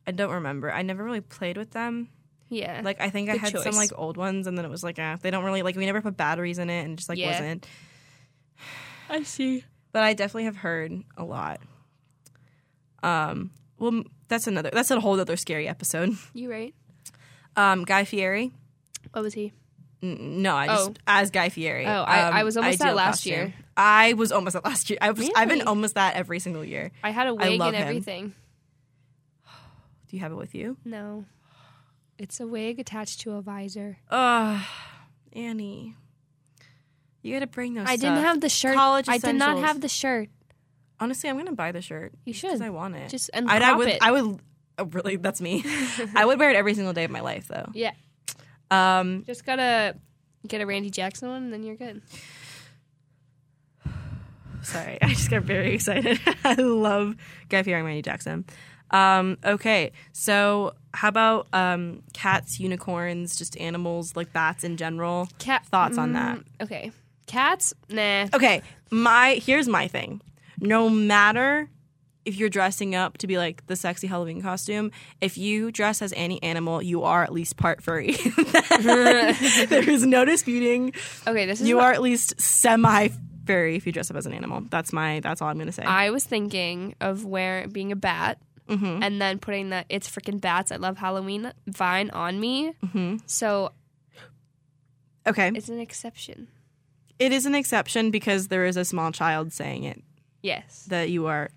[SPEAKER 1] I don't remember. I never really played with them.
[SPEAKER 2] Yeah.
[SPEAKER 1] Like I think I
[SPEAKER 2] Good
[SPEAKER 1] had some
[SPEAKER 2] choice.
[SPEAKER 1] like old ones, and then it was like, eh, they don't really like. We never put batteries in it, and it just like
[SPEAKER 2] Yeah.
[SPEAKER 1] wasn't.
[SPEAKER 2] I see.
[SPEAKER 1] But I definitely have heard a lot. Um. Well, m- that's another. That's a whole other scary episode.
[SPEAKER 2] You right?
[SPEAKER 1] Um. Guy Fieri.
[SPEAKER 2] What was he?
[SPEAKER 1] N- No, I just
[SPEAKER 2] Oh.
[SPEAKER 1] as Guy Fieri.
[SPEAKER 2] Oh, I-
[SPEAKER 1] um,
[SPEAKER 2] I was almost that
[SPEAKER 1] ideal
[SPEAKER 2] last
[SPEAKER 1] costume.
[SPEAKER 2] year.
[SPEAKER 1] I was almost that last year. I was. I've been
[SPEAKER 2] Really?
[SPEAKER 1] almost that every single year.
[SPEAKER 2] I had a wig
[SPEAKER 1] love
[SPEAKER 2] and
[SPEAKER 1] him.
[SPEAKER 2] everything.
[SPEAKER 1] Do you have it with you?
[SPEAKER 2] No. It's a wig attached to a visor.
[SPEAKER 1] Ugh, Annie. You gotta bring those.
[SPEAKER 2] I didn't
[SPEAKER 1] stuff.
[SPEAKER 2] have the shirt.
[SPEAKER 1] College
[SPEAKER 2] I did not
[SPEAKER 1] essentials.
[SPEAKER 2] have the shirt.
[SPEAKER 1] Honestly, I'm gonna buy the shirt.
[SPEAKER 2] You
[SPEAKER 1] because
[SPEAKER 2] should.
[SPEAKER 1] I want it.
[SPEAKER 2] Just and
[SPEAKER 1] I'd, I
[SPEAKER 2] crop
[SPEAKER 1] would.
[SPEAKER 2] it.
[SPEAKER 1] I would. oh, really, that's me. I would wear it every single day of my life, though.
[SPEAKER 2] yeah.
[SPEAKER 1] Um,
[SPEAKER 2] Just gotta get a Randy Jackson one and then you're good.
[SPEAKER 1] sorry, I just got very excited. I love Guy Fieri and Randy Jackson. Um, okay, so how about um, cats, unicorns, just animals like bats in general?
[SPEAKER 2] Cat
[SPEAKER 1] Thoughts on that?
[SPEAKER 2] Okay. Cats? Nah.
[SPEAKER 1] Okay, my here's my thing. No matter if you're dressing up to be like the sexy Halloween costume, if you dress as any animal, you are at least part furry. there is no disputing.
[SPEAKER 2] Okay, this is
[SPEAKER 1] You
[SPEAKER 2] what
[SPEAKER 1] are at least semi furry if you dress up as an animal. That's my. That's all I'm gonna say.
[SPEAKER 2] I was thinking of where being a bat
[SPEAKER 1] Mm-hmm.
[SPEAKER 2] and then putting that it's freaking bats I love Halloween vine on me.
[SPEAKER 1] Mm-hmm.
[SPEAKER 2] So
[SPEAKER 1] okay,
[SPEAKER 2] it's an exception.
[SPEAKER 1] it is an exception because there is a small child saying it
[SPEAKER 2] Yes.
[SPEAKER 1] that you are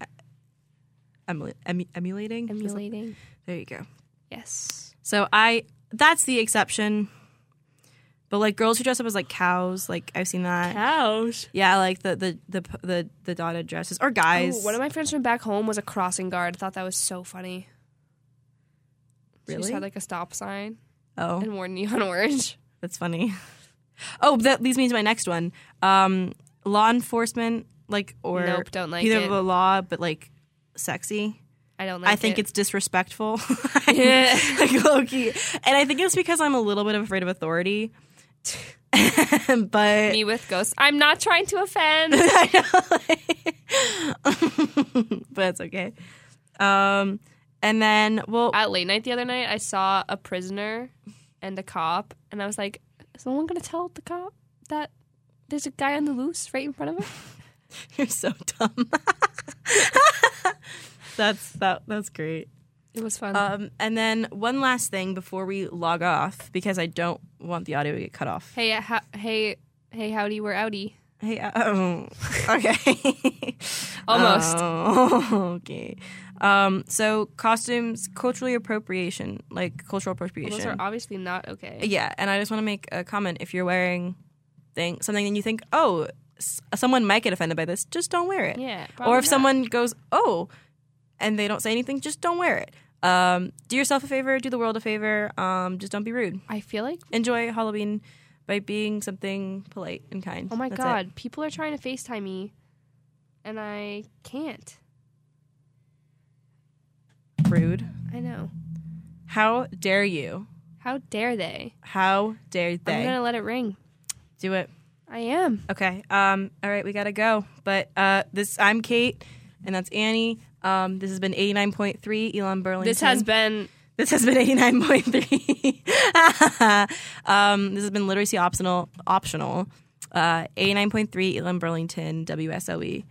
[SPEAKER 1] emula- emu- emulating.
[SPEAKER 2] Emulating.
[SPEAKER 1] There you go.
[SPEAKER 2] Yes.
[SPEAKER 1] So I that's the exception. But like girls who dress up as like cows, like I've seen that.
[SPEAKER 2] Ouch.
[SPEAKER 1] Yeah, like the the the p- the, the dotted dresses or guys.
[SPEAKER 2] Ooh, one of my friends from back home was a crossing guard. I thought that was so funny. She
[SPEAKER 1] Really?
[SPEAKER 2] just had like a stop sign
[SPEAKER 1] oh,
[SPEAKER 2] and wore neon orange.
[SPEAKER 1] that's funny. Oh, that leads me to my next one. Um, law enforcement, like or
[SPEAKER 2] Nope, don't like
[SPEAKER 1] either
[SPEAKER 2] it.
[SPEAKER 1] the law, but like sexy.
[SPEAKER 2] I don't like
[SPEAKER 1] I think
[SPEAKER 2] it.
[SPEAKER 1] it's disrespectful. yeah, like low key. and I think it's because I'm a little bit afraid of authority. but
[SPEAKER 2] me with ghosts. I'm not trying to offend.
[SPEAKER 1] but it's okay. Um, and then well,
[SPEAKER 2] At late night the other night, I saw a prisoner and a cop, and I was like, "Is someone gonna tell the cop that there's a guy on the loose right in front of her?"
[SPEAKER 1] you're so dumb. that's that. That's great.
[SPEAKER 2] It was fun.
[SPEAKER 1] Um, and then one last thing before we log off because I don't want the audio to get cut off.
[SPEAKER 2] hey, uh, ho- hey, hey, howdy, we're outie.
[SPEAKER 1] Hey, uh, oh, okay.
[SPEAKER 2] Almost.
[SPEAKER 1] Oh, okay. Um, so costumes, culturally appropriation, like cultural
[SPEAKER 2] Well,
[SPEAKER 1] appropriation.
[SPEAKER 2] those are obviously not okay.
[SPEAKER 1] Yeah, and I just want to make a comment. If you're wearing something something and you think, oh, s- someone might get offended by this, just don't wear it.
[SPEAKER 12] Yeah,
[SPEAKER 1] Or
[SPEAKER 12] probably
[SPEAKER 1] if
[SPEAKER 12] not.
[SPEAKER 1] someone goes, oh, and they don't say anything, just don't wear it. Um, do yourself a favor, do the world a favor. Um, just don't be rude.
[SPEAKER 12] I feel like
[SPEAKER 1] enjoy Halloween by being something polite and kind.
[SPEAKER 12] Oh my
[SPEAKER 1] That's it.
[SPEAKER 12] god, people are trying to FaceTime me and I can't.
[SPEAKER 1] Rude.
[SPEAKER 12] I know.
[SPEAKER 1] How dare you?
[SPEAKER 12] How dare they?
[SPEAKER 1] How dare they?
[SPEAKER 12] I'm gonna let it ring.
[SPEAKER 1] Do it.
[SPEAKER 12] I am.
[SPEAKER 1] Okay. Um, all right, we gotta go. But uh, this I'm Kate and that's Annie. Um, this has been 89.3 Elon Burlington.
[SPEAKER 12] This has been
[SPEAKER 1] This has been 89.3. um, this has been literacy optional optional. Uh, 89.3 Elon Burlington WSOE.